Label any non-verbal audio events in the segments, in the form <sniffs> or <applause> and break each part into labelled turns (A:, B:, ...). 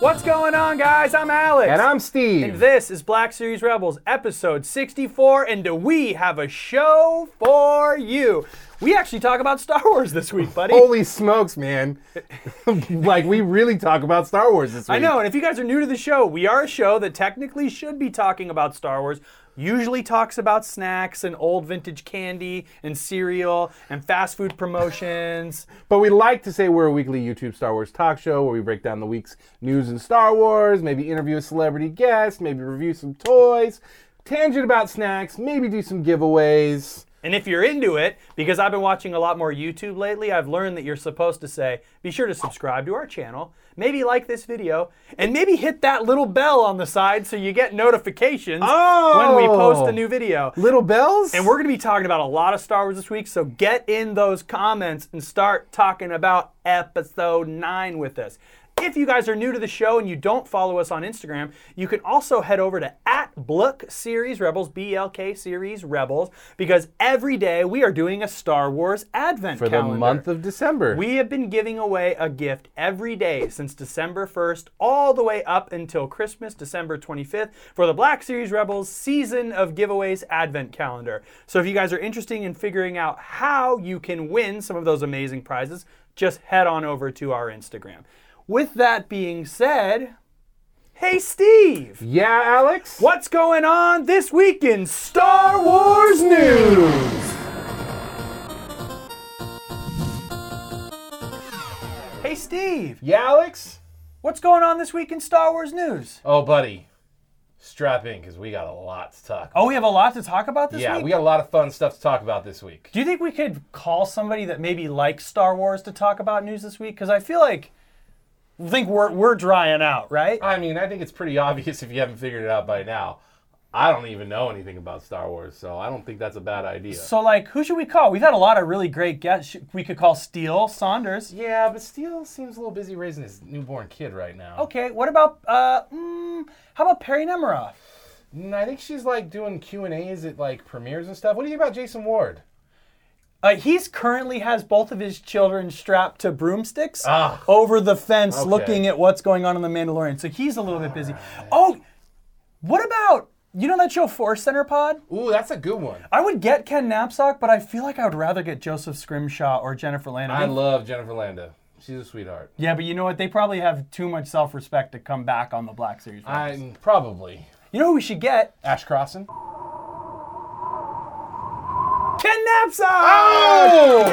A: What's going on, guys? I'm Alex.
B: And I'm Steve.
A: And this is Black Series Rebels, episode 64, and do we have a show for you? We actually talk about Star Wars this week, buddy.
B: Holy smokes, man. <laughs> like, we really talk about Star Wars this week.
A: I know, and if you guys are new to the show, we are a show that technically should be talking about Star Wars. Usually talks about snacks and old vintage candy and cereal and fast food promotions.
B: But we like to say we're a weekly YouTube Star Wars talk show where we break down the week's news in Star Wars, maybe interview a celebrity guest, maybe review some toys, tangent about snacks, maybe do some giveaways.
A: And if you're into it, because I've been watching a lot more YouTube lately, I've learned that you're supposed to say, be sure to subscribe to our channel, maybe like this video, and maybe hit that little bell on the side so you get notifications
B: Oh!
A: when we post a new video.
B: Little bells?
A: And we're going to be talking about a lot of Star Wars this week, so get in those comments and start talking about episode 9 with us. If you guys are new to the show and you don't follow us on Instagram, you can also head over to at Bluck Series Rebels, BLK Series Rebels, because every day we are doing a Star Wars Advent
B: for the
A: calendar.
B: month of December.
A: We have been giving away a gift every day since December 1st, all the way up until Christmas, December 25th, for the Black Series Rebels Season of Giveaways Advent Calendar. So if you guys are interested in figuring out how you can win some of those amazing prizes, just head on over to our Instagram. With that being said, hey Steve,
B: yeah, Alex?
A: what's going on this week in Star Wars news?
B: news?
A: Hey Steve,
B: Yeah, Alex?
A: what's going on this week in Star Wars news?
C: Oh, buddy, strap in because we got a lot to talk. About.
A: Oh, we have a lot to talk about this
C: yeah,
A: week.
C: we got a lot of fun stuff to talk about this week.
A: Do you think we could call somebody that maybe likes Star Wars to talk about news this week? Because I feel like I think we're we're drying out, right?
C: I mean, I think it's pretty <laughs> obvious if you haven't figured it out by now. I don't even know anything about Star Wars, so I don't think that's a bad idea.
A: So like, who should we call? We've had a lot of really great guests. Should- We could call Steele Saunders.
C: yeah, but Steele seems a little busy raising his newborn kid right now.
A: Okay, what about uh, mm, how about Perry Nemiroff?
C: Mm, I think she's like doing Q and A's at like premieres and stuff. What do you think about Jason Ward?
A: Uh, he's currently has both of his children strapped to broomsticks
C: Ah.
A: over the fence,
C: Okay.
A: looking at what's going on in The Mandalorian. So he's a little bit busy. Oh, what about you know that show Force Center Pod?
C: Ooh, that's a good one.
A: I would get Ken Knapsack, but I feel like I would rather get Joseph Scrimshaw or Jennifer Lana.
C: I love Jennifer Landa. She's a sweetheart.
A: yeah, but you know what? They probably have too much self-respect to come back on the Black Series.
C: I probably
A: you know who we should get?
C: Ash Crossan.
A: Ken Knapsack!
C: Oh!
A: Yay!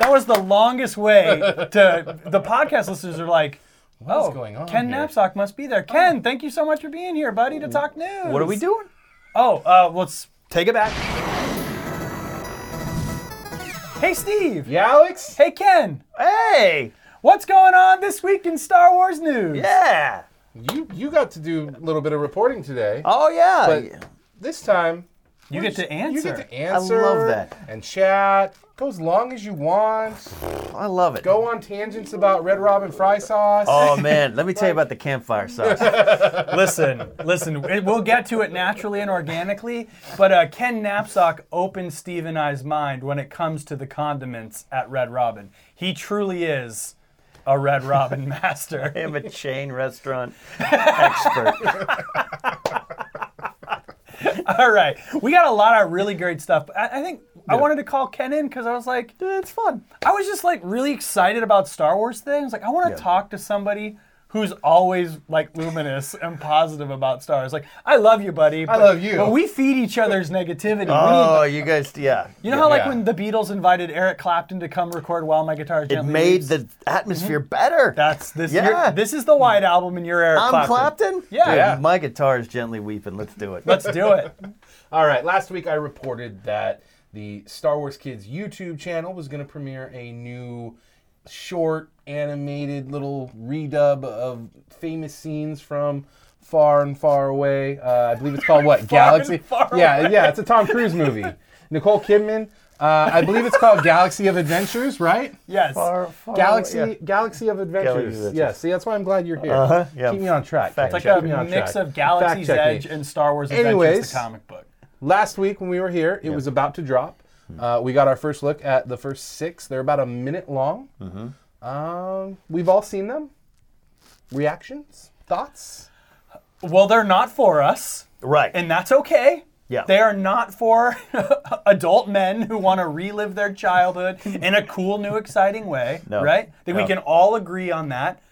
A: That was the longest
C: <laughs>
A: way to the podcast listeners are like,
C: is
A: oh,
C: going on
A: Ken
C: here?"
A: Knapsack must be there. Ken, thank you so much for being here, buddy, to talk news.
D: What are we doing?
A: Oh, uh, let's take it back. Hey, Steve.
B: Yeah, Alex?
A: Hey, Ken.
D: Hey!
A: What's going on this week in Star Wars news?
D: Yeah!
C: You you got to do a little bit of reporting today.
D: Oh, yeah!
C: But this time,
A: You get to
C: you
A: answer.
C: get to answer.
D: love that.
C: And chat. Go as long as you want.
D: I love it.
C: Go on tangents about Red Robin fry sauce.
D: Oh, man, let me tell you about the campfire
A: <laughs>
D: sauce.
A: listen, listen. it- We'll get to it naturally and organically, but uh, Ken Knapsack opened Steve and I's mind when it comes to the condiments at Red Robin. He truly is a Red Robin <laughs>
D: I
A: master.
D: am a
A: <laughs>
D: chain restaurant expert.
A: <laughs> All right, we got a lot of really great stuff. I, I think I wanted to call Ken in because I was like,
D: Dude, it's fun.
A: I was just like really excited about Star Wars things. Like I want to
D: Yeah.
A: talk to somebody who's always like luminous and positive about Star Wars. Like I love you, buddy. I
C: love you.
A: But we feed each other's negativity.
D: Oh,
A: we need,
D: you guys, yeah.
A: you know how like
C: Yeah.
A: when the Beatles invited Eric Clapton to come record while my guitar
D: It
A: gently
D: made
A: Weeps?
D: the atmosphere better.
A: Mm-hmm. that's this
D: Yeah.
A: you're- this is the White Album and you're Eric
D: I'm
A: Clapton.
D: Clapton?
A: Yeah.
D: Dude,
A: Yeah.
D: My guitar is gently weeping. Let's do it.
A: Let's do
D: <laughs>
A: it.
C: All right. Last week I reported that the Star Wars Kids YouTube channel was going to premiere a new short animated little redub of famous scenes from Far and Far Away. Uh, I believe it's called what? Galaxy.
A: Far
C: yeah, yeah. It's a Tom Cruise movie. Nicole Kidman. Uh, I believe it's called Galaxy of Adventures, right?
A: Yes.
D: Far,
A: Oh,
D: far
C: Galaxy,
D: away,
C: Galaxy of Adventures.
D: Adventures.
C: Yeah, see, that's why I'm glad you're here.
D: Uh-huh, yeah.
C: Keep me on track.
D: Fact
C: Kate.
A: It's
D: check
A: like
C: Keep me
A: a
C: on
A: mix
C: track.
A: of Galaxy's
C: Fact check me.
A: Edge and Star Wars Adventures,
C: Anyways.
A: the comic book.
C: Last week when we were here, it was about to drop. Uh, we got our first look at the first six. They're about a minute long. Um, we've all seen them.
E: Reactions? Thoughts?
A: Well, they're not for us,
D: Right.
A: and that's okay.
D: Yeah.
A: They are not for <laughs> adult men who want to relive their childhood in a cool, new, exciting way.
D: No.
A: Right? I think we
D: No.
A: can all agree on that.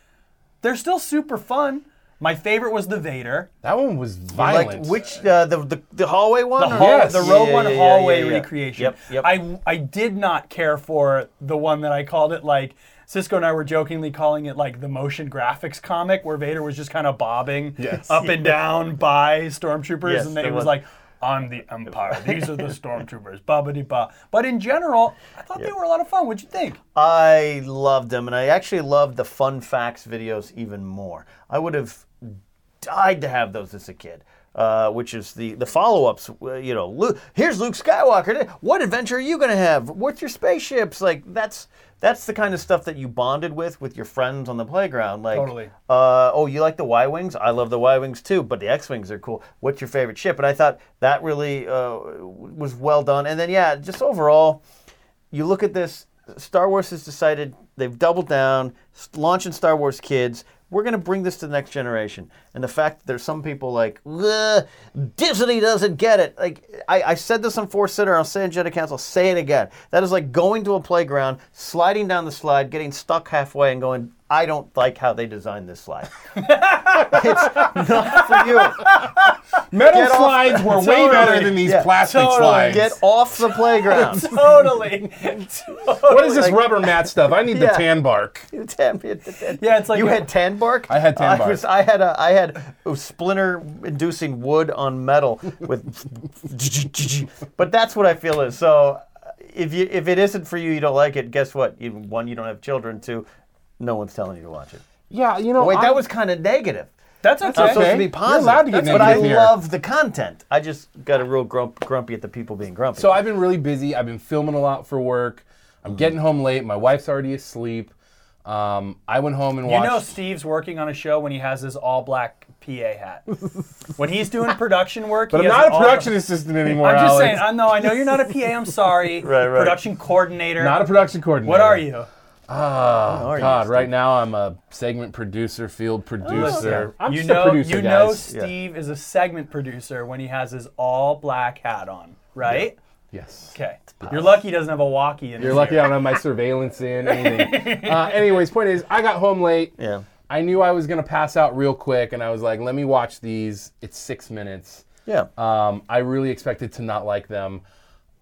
A: They're still super fun. My favorite was the Vader.
E: That one was
D: like
E: violent.
D: which uh, the, the the hallway one?
A: The,
D: or-
A: hall,
E: Yes.
A: the Rogue
D: Yeah,
A: One
D: yeah, yeah,
A: hallway
D: yeah, yeah.
A: recreation.
D: Yep, yep.
A: I I did not care for the one that I called it like Cisco and I were jokingly calling it like the motion graphics comic where Vader was just kind of bobbing
E: Yes.
A: up and down by stormtroopers
D: Yes,
A: and they,
D: there
A: it was,
D: was.
A: like I'm the Empire. These are the stormtroopers. Bobbity ba. But in general, I thought they were a lot of fun. What'd you think?
D: I loved them, and I actually loved the fun facts videos even more. I would have died to have those as a kid. Uh, which is the the follow ups? You know, Lu here's Luke Skywalker. What adventure are you gonna have? What's your spaceships like? That's that's the kind of stuff that you bonded with with your friends on the playground. Like,
A: Totally.
D: uh, oh, you like the Y wings? I love the Y wings too, but the X wings are cool. What's your favorite ship? And I thought that really uh, was well done. And then yeah, just overall, you look at this star wars has decided they've doubled down s- launching star wars kids we're going to bring this to the next generation and the fact that there's some people like "Ugh, disney doesn't get it like i, I said this on four sitter i'll say it on jedi council I'll say it again that is like going to a playground sliding down the slide getting stuck halfway and going i don't like how they designed
A: <laughs>
D: this slide it's not for you
C: Metal
D: Get off-
C: slides <laughs> were way
A: Totally.
C: better than these
D: Yeah.
C: plastic
A: Totally.
C: slides.
D: get off the
A: <laughs>
D: playground <laughs>
A: Totally.
C: what is this
D: like-
C: rubber mat stuff? I need the
D: Yeah.
C: tan bark.
D: Tan- tan-
A: Yeah, it's like
D: you
A: a-
D: had tan bark.
C: I had tan
D: I,
C: bark.
D: was- I had a I had a splinter-inducing wood on metal with. <laughs> but that's what I feel is. So, uh, if you if it isn't for you, you don't like it. Guess what? You, one, you don't have children. Two, no one's telling you to watch it.
C: Yeah, you know.
D: Wait,
C: I-
D: that was kind of negative.
A: That's okay.
D: I'm supposed
C: okay.
D: to be
C: You're
D: positive.
C: allowed to get
D: but I
C: negative here.
D: love the content. I just got a real grump, grumpy at the people being grumpy.
C: So I've been really busy. I've been filming a lot for work.
A: Mm-hmm.
C: I'm getting home late. My wife's already asleep. Um, I went home and
A: You
C: watched.
A: know, Steve's working on a show when he has his all black PA hat. when he's doing production work,
C: but
A: he
C: I'm
A: has
C: not a
A: an all-
C: production assistant anymore.
A: I'm just
C: Alex.
A: saying. I know. I know you're not a PA. I'm sorry.
C: <laughs>
D: Right, right.
A: Production coordinator.
C: not a production coordinator.
A: What are you?
C: Oh,
D: are you,
C: God!
D: Steve?
C: right now I'm a segment producer, field
A: Oh,
C: producer. I'm
A: you
C: just
A: know.
C: a producer,
A: you
C: guys.
A: know. Steve is a segment producer when he has his all black hat on. Right.
C: yes.
A: Okay. You're lucky he doesn't have a walkie in.
C: You're lucky I don't have my surveillance
A: <laughs>
C: in anything. uh, anyways, point is, I got home late.
D: Yeah.
C: I knew I was gonna pass out real quick, and I was like, "Let me watch these. It's six minutes."
D: yeah,
C: Um, I really expected to not like them.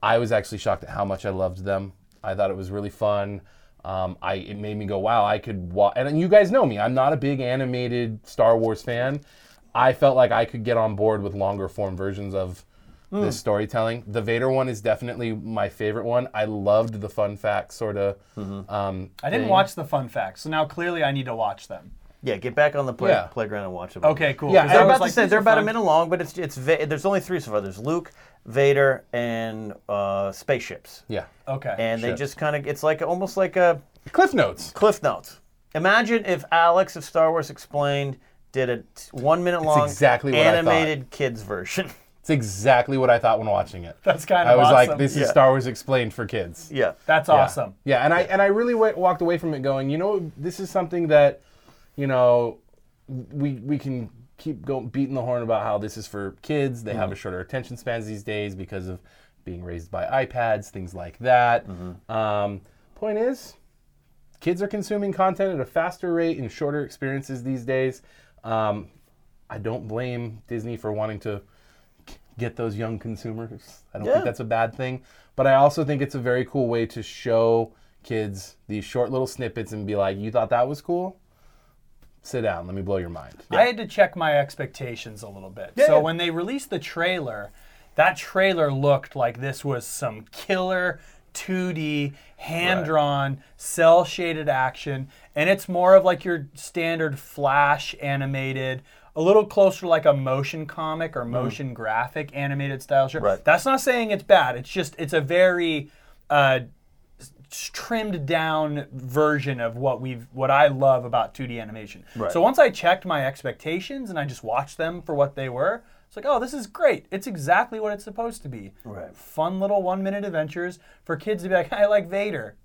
C: I was actually shocked at how much I loved them. I thought it was really fun. Um, I it made me go, wow, I could watch. And you guys know me; I'm not a big animated Star Wars fan. I felt like I could get on board with longer form versions of
A: Hmm.
C: this storytelling. The Vader one is definitely my favorite one. I loved the fun fact sort of. Um,
A: Mm-hmm. I didn't watch the fun facts, so now clearly I need to watch them.
D: yeah. Get back on the play,
C: Yeah.
D: playground and watch it.
A: Okay. Cool.
C: Yeah,
A: 'Cause
C: and
A: I
D: They're
A: was
D: about
A: like,
D: to say
A: these
D: they're
A: are
D: about a
A: fun.
D: minute long, but it's it's Va- there's only three so far. There's Luke, Vader, and uh, spaceships,
C: yeah.
A: Okay.
D: and they
C: Ships.
D: just kind of it's like almost like a
C: Cliff Notes.
D: cliff notes. Imagine if Alex of Star Wars Explained did a t- one minute long
C: exactly what I thought.
D: animated kids version. <laughs>
C: It's exactly what I thought when watching it.
A: That's kind
C: I
A: of
C: was like,
A: awesome.
C: this
D: Yeah.
C: is Star Wars explained for kids.
D: yeah,
A: That's awesome.
C: Yeah, and I and I really went, walked away from it going, you know, this is something that, you know, we we can keep going beating the horn about how this is for kids. They have a shorter attention spans these days because of being raised by iPads, things like that. Um, point is, kids are consuming content at a faster rate and shorter experiences these days. Um, I don't blame Disney for wanting to k- get those young consumers. I don't
D: Yeah.
C: think that's a bad thing, but I also think it's a very cool way to show kids these short little snippets and be like, "You thought that was cool? Sit down, let me blow your mind."
A: I had to check my expectations a little bit. so when they released the trailer, that trailer looked like this was some killer 2D hand drawn cell shaded action and it's more of like your standard flash animated a little closer to like a motion comic or motion graphic animated style show.
D: Right.
A: That's not saying it's bad. It's just it's a very uh, trimmed down version of what we've what I love about 2D animation. So once I checked my expectations and I just watched them for what they were, it's like, oh, this is great. It's <laughs> exactly what it's supposed to be. Right. Fun little one minute adventures for kids to be like, I like Vader.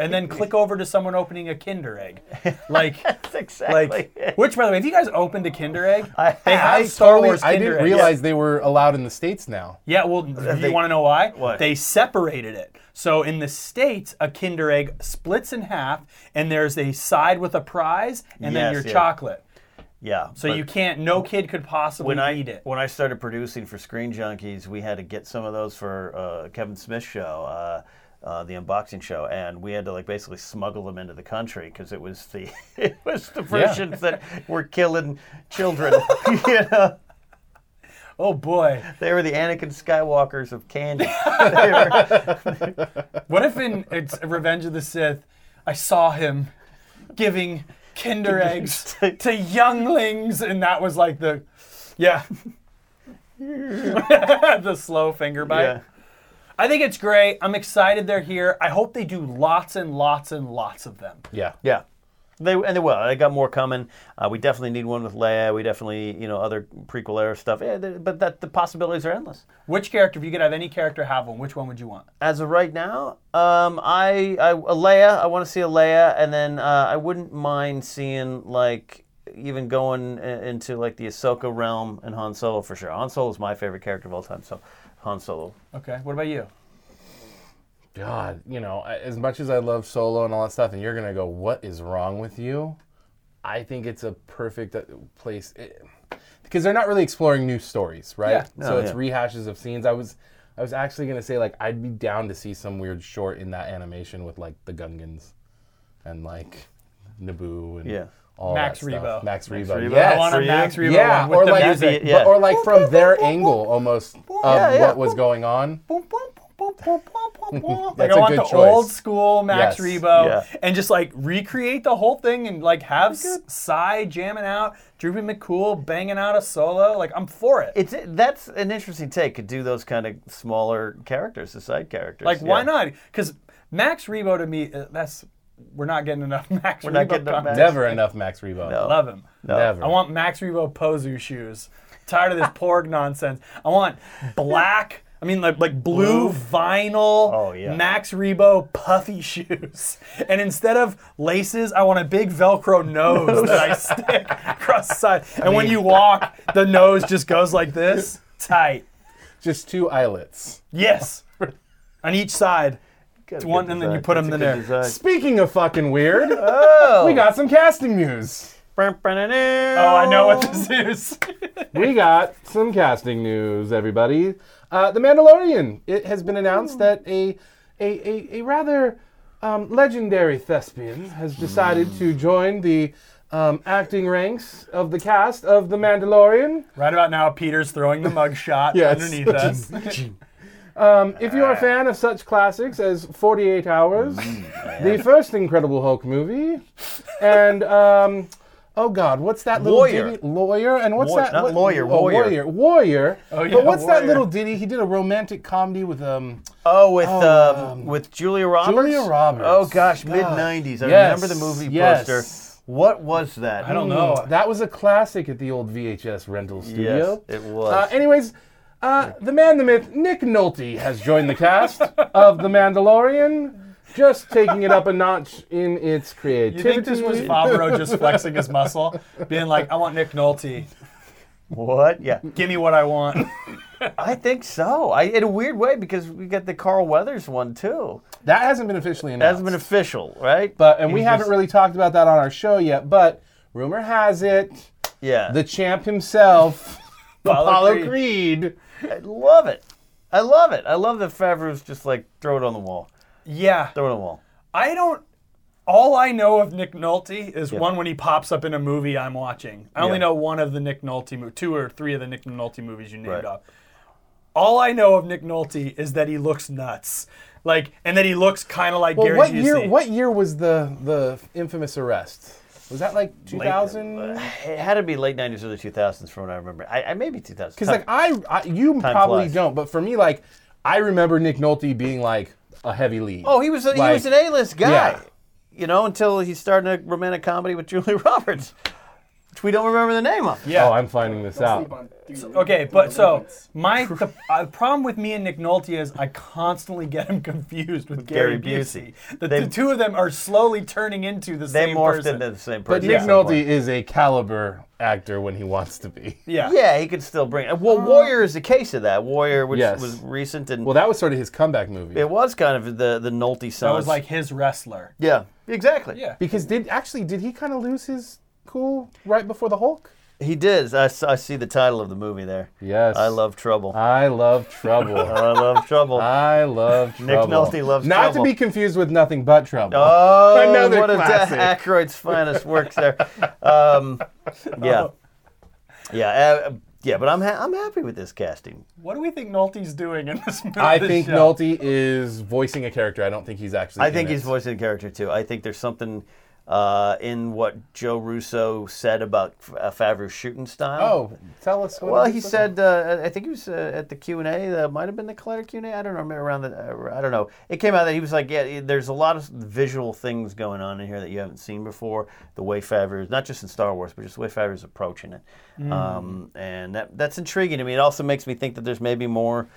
A: and
C: <laughs>
A: then click over to someone opening a Kinder Egg. Like,
D: That's exactly.
A: like
D: it.
A: which, by the way, have you guys opened a Kinder Egg?
D: I
A: they
D: have.
A: have
C: I
A: Star
C: totally,
A: Wars Kinder
C: I didn't
A: Eggs.
C: realize they were allowed in the states now.
A: Yeah, well, do you
D: they-
A: want to know why?
D: What?
A: They separated it. So in the States, a Kinder Egg splits in half, and there's a side with a prize, and then
D: Yes,
A: your
D: yeah.
A: chocolate.
D: yeah.
A: So
D: but
A: you can't, no kid could possibly
D: when I
A: eat it.
D: when I started producing for Screen Junkies, we had to get some of those for uh, Kevin Smith's show, uh, uh, the unboxing show, and we had to like basically smuggle them into the country because it was the <laughs> it was the versions that were killing children. <laughs> you know,
A: Oh boy.
D: they were the Anakin Skywalkers of candy. <laughs> They were-
A: What if in it's Revenge of the Sith, I saw him giving Kinder
D: <laughs>
A: eggs to younglings, and that was like the, yeah, <laughs> the slow finger bite.
D: yeah.
A: I think it's great. I'm excited they're here. I hope they do lots and lots and lots of them.
C: Yeah.
D: Yeah. They, and they will. They got more coming. Uh, we definitely need one with Leia. We definitely, you know, other prequel era stuff. Yeah, they, but that the possibilities are endless.
A: Which character, if you could have any character have one, which one would you want?
D: As of right now, um, I, I a Leia. I want to see a Leia, and then uh, I wouldn't mind seeing like even going i- into like the Ahsoka realm and Han Solo for sure. Han Solo is my favorite character of all time, so Han Solo.
A: Okay, what about you?
C: God, you know, I- as much as I love Solo and all that stuff, and you're gonna go, "What is wrong with you?" I think it's a perfect uh, place it, because they're not really exploring new stories, right?
A: Yeah.
C: so
D: No,
C: it's
D: yeah.
C: rehashes of scenes. I was, I was actually gonna say like I'd be down to see some weird short in that animation with like the Gungans, and like Naboo and
D: Yeah.
C: all
A: Max
C: that stuff.
A: Rebo.
C: Max Rebo.
D: Rebo.
C: Yes.
A: I want a
D: for you?
A: Max Rebo
C: yeah,
A: one with
C: or
A: the
C: like,
A: music.
D: That'd be- yeah.
C: but, or like from their angle almost of
D: Yeah, yeah.
C: what was going on.
A: boom, boom, boom, boom, boom, boom,
D: <laughs>
A: boom. like
C: That's
A: I
C: a
A: want
C: good
A: the
C: choice.
A: old school Max
C: Yes.
A: Rebo
D: Yeah.
A: and just like recreate the whole thing and like have Psy jamming out, Droopy McCool banging out a solo. Like I'm for it.
D: It's that's an interesting take. Could do those kind of smaller characters, the side characters.
A: like why
D: Yeah.
A: not? Because Max Rebo to me, uh, that's we're not getting enough <laughs> Max
D: We're
A: Rebo.
D: not getting enough
A: content.
D: Max.
C: Never enough Max Rebo.
D: No.
A: Love him.
C: Never.
A: I want Max Rebo Pozu shoes. Tired of this Porg nonsense. I want black. I mean, like like blue vinyl.
D: Oh, yeah.
A: Max Rebo puffy <laughs> shoes. And instead of laces, I want a big Velcro nose that I stick across the side. And when you walk, the nose just goes like this, tight.
C: Just two eyelets.
A: Yes, on each side.
D: Gotta
A: One,
D: get
A: and then you
D: design.
A: put 'em
D: That's
A: in
D: a
A: there.
D: good design.
C: Speaking of fucking weird, we got some casting news.
A: Oh, I know what this is. <laughs>
C: We got some casting news, everybody. Uh, the Mandalorian. It has been announced that a a, a, a rather um, legendary thespian has decided to join the um, acting ranks of the cast of The Mandalorian.
A: right about now, Peter's throwing the mug shot
C: Yes.
A: underneath us.
C: Um, if
D: Ah.
C: you are a fan of such classics as 48 Hours,
D: Mm,
C: the first Incredible Hulk movie, and um, oh god, what's that little
D: Lawyer.
C: ditty? Lawyer, and what's
D: War-
C: that?
D: not
C: what-
D: lawyer,
C: oh,
D: warrior.
C: warrior, warrior.
A: Oh, yeah,
C: but what's that
A: warrior.
C: little ditty? He did a romantic comedy with um,
D: Oh, with um,
C: um,
D: with Julia Roberts.
C: Julia Roberts.
D: Oh gosh, mid
C: God.
D: '90s. I
C: Yes,
D: remember the movie
C: yes.
D: poster. What was that?
A: I don't know.
C: that was a classic at the old VHS rental
D: Yes,
C: studio.
D: it was.
C: Uh, anyways, uh, the man, the myth, Nick Nolte has joined the cast of The Mandalorian. Just taking it up a notch in its creativity.
A: You think this was Favreau just flexing his muscle, being like, "I want Nick Nolte.
D: what? Yeah,
A: Give me what I want."
D: I think so. I in a weird way because we got the Carl Weathers one too.
C: That hasn't been officially
D: That
C: announced.
D: hasn't been official, right?
C: but and we
D: He's
C: haven't
D: just-
C: really talked about that on our show yet. But rumor has it,
D: yeah,
C: the champ
D: <laughs>
C: himself,
A: Apollo
C: Apollo
A: Creed.
C: Creed.
D: I love it. I love it. I love that Favreau's just like throw it on the wall,
A: yeah,
D: throw it on the wall.
A: I don't. All I know of Nick Nolte is one when he pops up in a movie I'm watching. I only
D: Yeah.
A: know one of the Nick Nolte mo- two or three of the Nick Nolte movies you named
D: Right.
A: off. All I know of Nick Nolte is that he looks nuts, like, and that he looks kind of like
C: Well,
A: Gary
C: what
A: Busey.
C: year? What year was the the infamous arrest? Was that like 2000?
D: <laughs> It had to be late '90s, early 2000s, from what I remember. I, I maybe 2000.
C: Because like I, I you probably
D: flies.
C: don't, but for me, like I remember Nick Nolte being like a heavy lead.
D: Oh, he was a, he
C: Like,
D: was an A-list guy.
C: yeah.
D: You know, until he started a romantic comedy with Julia <laughs> Roberts. which we don't remember the name of.
A: Yeah.
C: Oh, I'm finding this
F: Don't
C: out.
F: sleep on three-
A: Okay,
F: three
A: but so
F: points.
A: my the uh, problem with me and Nick Nolte is I constantly get him <laughs> confused with Gary,
D: Gary
A: Busey.
D: Busey.
A: The,
D: They-
A: the two of them are slowly turning into the
D: They
A: same
D: morphed
A: person.
D: into the same person.
C: But
D: at
C: Nick
D: some
C: Nolte
D: point.
C: is a caliber actor when he wants to be.
A: yeah.
D: Yeah, he could still bring it. Well, Warrior is the case of that. Warrior, which
C: Yes.
D: was recent, and
C: Well, that was sort of his comeback movie.
D: it was kind of the the Nolte song.
A: That was like his wrestler.
D: yeah, exactly.
A: Yeah.
C: because did actually did he kind of lose his cool right before the Hulk?
D: He did. I, s- I see the title of the movie there.
C: Yes. Ah.
D: I love trouble.
C: I love trouble.
D: I love
C: <laughs>
D: trouble.
C: I love
D: Nick
C: trouble.
D: Nolte loves
C: Not
D: trouble.
C: to be confused with nothing but trouble.
D: Oh,
C: Another
D: one
C: classic.
D: of
C: <laughs>
D: Dan Aykroyd's finest works there. Um, yeah,
C: Oh.
D: yeah, uh, yeah. But I'm ha- I'm happy with this casting.
A: What do we think Nolte's doing in this movie? <laughs>
C: I
A: this
C: think
A: show?
C: Nolte is voicing a character. I don't think he's actually.
D: I
C: in
D: think
C: it.
D: he's voicing the character too. I think there's something uh, in what Joe Russo said about F- uh, Favreau's shooting style.
C: Oh, tell us. What
D: Well,
C: it
D: he
C: is.
D: said. Uh, I think he was uh, at the Q and A. Uh, might have been the Collider Q and A. I don't know. Remember around the. Uh, I don't know. It came out that he was like, yeah, there's a lot of visual things going on in here that you haven't seen before. The way Favreau's not just in Star Wars, but just the way Favreau's approaching it,
C: Mm.
D: um, and that that's intriguing to me. It also makes me think that there's maybe more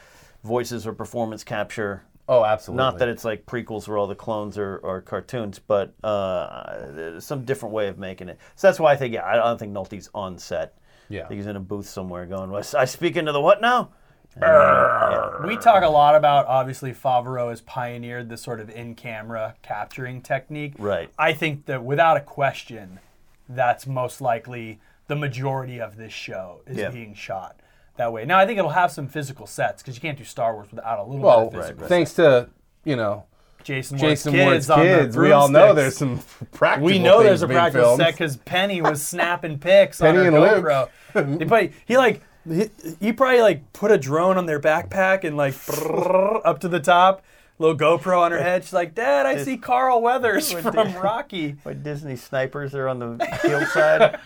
D: voices or performance capture.
C: Oh, absolutely.
D: Not that it's like prequels where all the clones are, are cartoons, but uh, there's some different way of making it. So that's why I think yeah, I don't think Nolte's on set.
C: Yeah.
D: I think he's in a booth somewhere going, "Well, I speak into the what now?
A: We talk a lot about obviously Favreau has pioneered this sort of in-camera capturing technique.
D: Right.
A: I think that without a question, that's most likely the majority of this show is
D: Yeah.
A: being shot that way. Now I think it'll have some physical sets because you can't do Star Wars without a little
C: Well,
A: bit of physical.
C: thanks to you know
A: Jason,
C: Jason
A: Ward's kids,
C: Ward's
A: on the
C: kids, we all know
A: broomsticks.
C: there's some <laughs> practical.
A: We know
C: things
A: there's a
C: being
A: practice
C: filmed.
A: set because Penny was snapping pics on her
C: Penny and
A: GoPro. he probably he like he, he probably like put a drone on their backpack and like up to the top, little GoPro on her head. She's like, Dad, I see Carl Weathers
C: <laughs>
A: from Rocky.
D: My Disney snipers are on the <laughs> hillside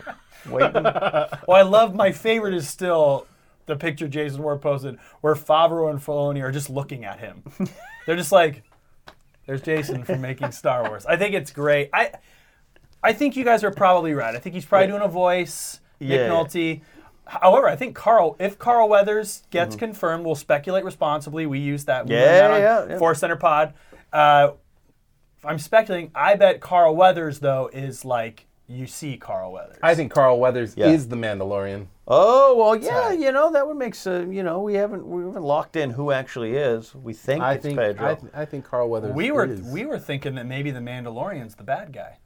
D: waiting.
A: Well, I love my favorite is still the picture Jason Ward posted where Favreau and Filoni are just looking at
D: <laughs>
A: him. They're just like, "There's Jason for making Star Wars." I think it's great. I, I think you guys are probably right. I think he's probably doing a voice,
D: Yeah.
A: Nick Nolte. However, I think Carl, if Carl Weathers gets confirmed, we'll speculate responsibly. We use that. We learned
D: Mm-hmm. Yeah,
A: that on
D: yeah, yeah.
A: Four Center Pod. Uh, I'm speculating. I bet Carl Weathers though is like you see Carl Weathers.
C: I think Carl Weathers
D: Yeah.
C: is the Mandalorian.
D: Oh well, yeah, you know that would make sense. You know, we haven't we haven't locked in who actually is. We think
C: I
D: it's
C: think.
D: Pedro.
C: I, th- I think Carl Weathers.
A: We were
C: is.
A: we were thinking that maybe the Mandalorian's the bad guy,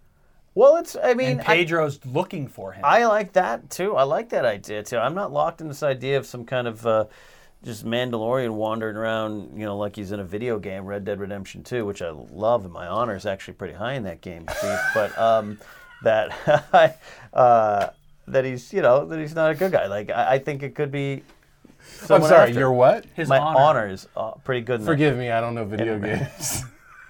D: well, it's. I mean,
A: and
D: I-
A: Pedro's looking for him.
D: I like that too. I like that idea too. I'm not locked in this idea of some kind of uh, just Mandalorian wandering around, you know, like he's in a video game, Red Dead Redemption 2, which I love, and my honor is actually pretty high in that game, Steve. <laughs> but um, that <laughs> uh, that he's, you know, that he's not a good guy. Like I, I think it could be.
C: I'm
D: someone
C: sorry.
D: after.
C: You're what?
A: His
D: my
A: honor.
D: honor, is uh, pretty good. in that.
C: Forgive me. I don't know video
D: <laughs>
C: games.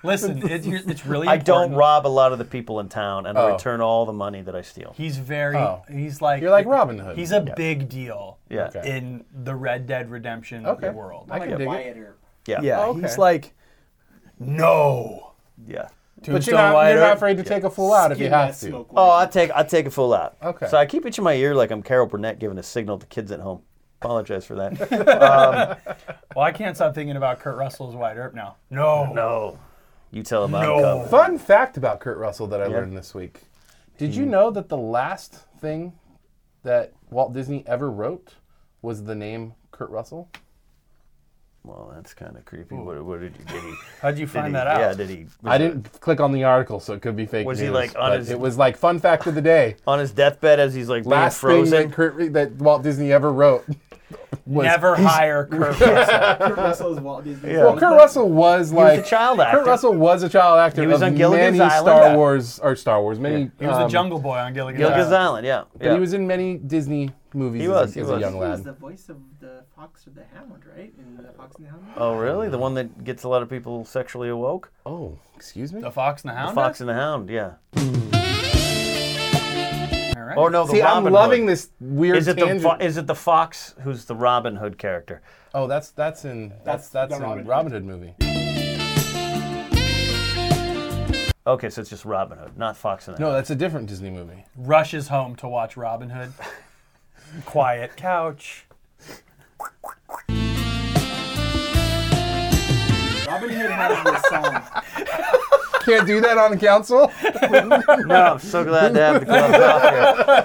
A: Listen, it, you're- it's really.
D: I don't
A: important.
D: rob a lot of the people in town, and I
C: Oh.
D: return all the money that I steal.
A: He's very.
C: Oh.
A: He's like.
C: You're like Robin Hood.
A: He's a big deal.
D: Yeah.
C: Okay.
A: In the Red Dead Redemption
C: Okay.
A: world.
C: I
F: Like
C: can
F: a
C: dig it.
F: Wyatt or
D: Yeah,
A: yeah.
C: Oh, okay.
A: He's like, no.
D: yeah.
C: But
A: Tombstone
C: you're not,
A: Wyatt
C: you're not
A: Earp.
C: afraid to take a fool out if you
F: Skin
C: have
F: that
C: to.
F: smoke
D: Oh,
F: ring.
D: I take I take a full out.
C: Okay.
D: So I keep it in my ear like I'm Carol Burnett giving a signal to kids at home. Apologize for that.
A: Well, I can't stop thinking about Kurt Russell's Wyatt Earp now. No.
D: no. You tell him
A: No.
D: I'm coming.
C: Fun fact about Kurt Russell that I learned this week. Hmm. Did you know that the last thing that Walt Disney ever wrote was the name Kurt Russell?
D: Well, that's kind of creepy. What, what did you did he?
A: How'd you
D: Did
A: find
D: he-
A: that out?
D: Yeah, did he? was
C: I
D: it
C: didn't click on the article, so it could be fake
D: Was he,
C: news.
D: like, on
C: but
D: his-
C: It was like fun fact of the day.
D: on his deathbed as he's like being
C: Last thing
D: frozen.
C: that Kurt that Walt Disney ever wrote. <laughs> Was,
A: Never hire
C: <laughs>
A: Kurt Russell.
F: Kurt Russell's Walt Disney.
C: Well, Kurt Russell was like
D: a child actor.
C: Kurt Russell was a child actor.
D: He was
C: of
D: on Gilligan's
C: many
D: Island.
C: Star Wars or Star Wars. Many.
A: He was
C: um,
A: the Jungle Boy on Gilligan's
D: Gilligan's
A: Island.
D: Island. Yeah.
C: But
D: yeah.
C: he was in many Disney movies.
D: He
C: as a-
D: was,
C: As,
D: he
C: a
D: was.
C: young
F: He was
C: lad.
F: the voice of the Fox or the Hound, right? In the Fox and the Hound.
D: Oh really? The one that gets a lot of people sexually awoke?
C: Oh, excuse me.
A: The Fox and the Hound.
D: Fox and the Hound. Yeah.
A: does? All right.
D: Or no, the
C: See,
D: Robin
C: I'm loving
D: Hood.
C: this weird
D: Is it the
C: tangent.
D: fo- is it the fox who's the Robin Hood character?
C: oh, that's that's in that's
F: That's
C: that's
F: the
C: in
F: Robin Hood.
C: Robin Hood movie.
D: Okay, so it's just Robin Hood, not Fox and the
C: No, that's a different Disney movie.
A: Rushes home to watch Robin
D: <laughs>
A: Hood. Quiet couch.
F: Robin Hood has this song.
C: Can't do that on council.
D: No, I'm so glad to have the gloves off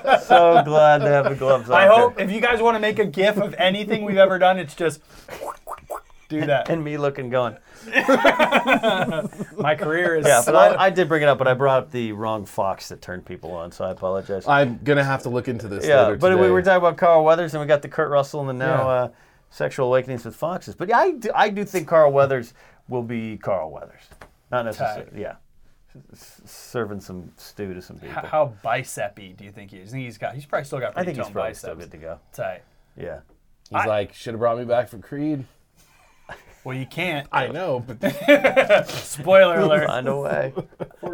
D: here. So glad to have the gloves off.
A: I hope
D: here.
A: if you guys want to make a gif of anything we've ever done, it's just do that.
D: And me looking going.
A: My career is
D: Yeah, but
A: slow.
D: I, I did bring it up, but I brought up the wrong fox that turned people on, so I apologize.
C: I'm gonna have to look into this
D: yeah,
C: later
D: but
C: today.
D: we were talking about Carl Weathers, and we got the Kurt Russell, and then now
C: Yeah.
D: uh, Sexual Awakenings with Foxes. But yeah, I do, I do think Carl Weathers will be Carl Weathers, not necessarily. Yeah, S- serving some stew to some people.
A: H- How bicepy do you think he is? I think he's got. He's probably still got.
D: I
A: Pretty
D: think he's
A: toned
D: probably
A: biceps.
D: still good to go.
A: Tight.
D: Yeah.
C: He's like, should have brought me back for Creed.
A: Well, you can't.
C: I know, but
D: <laughs>
A: Spoiler alert.
D: Find a way.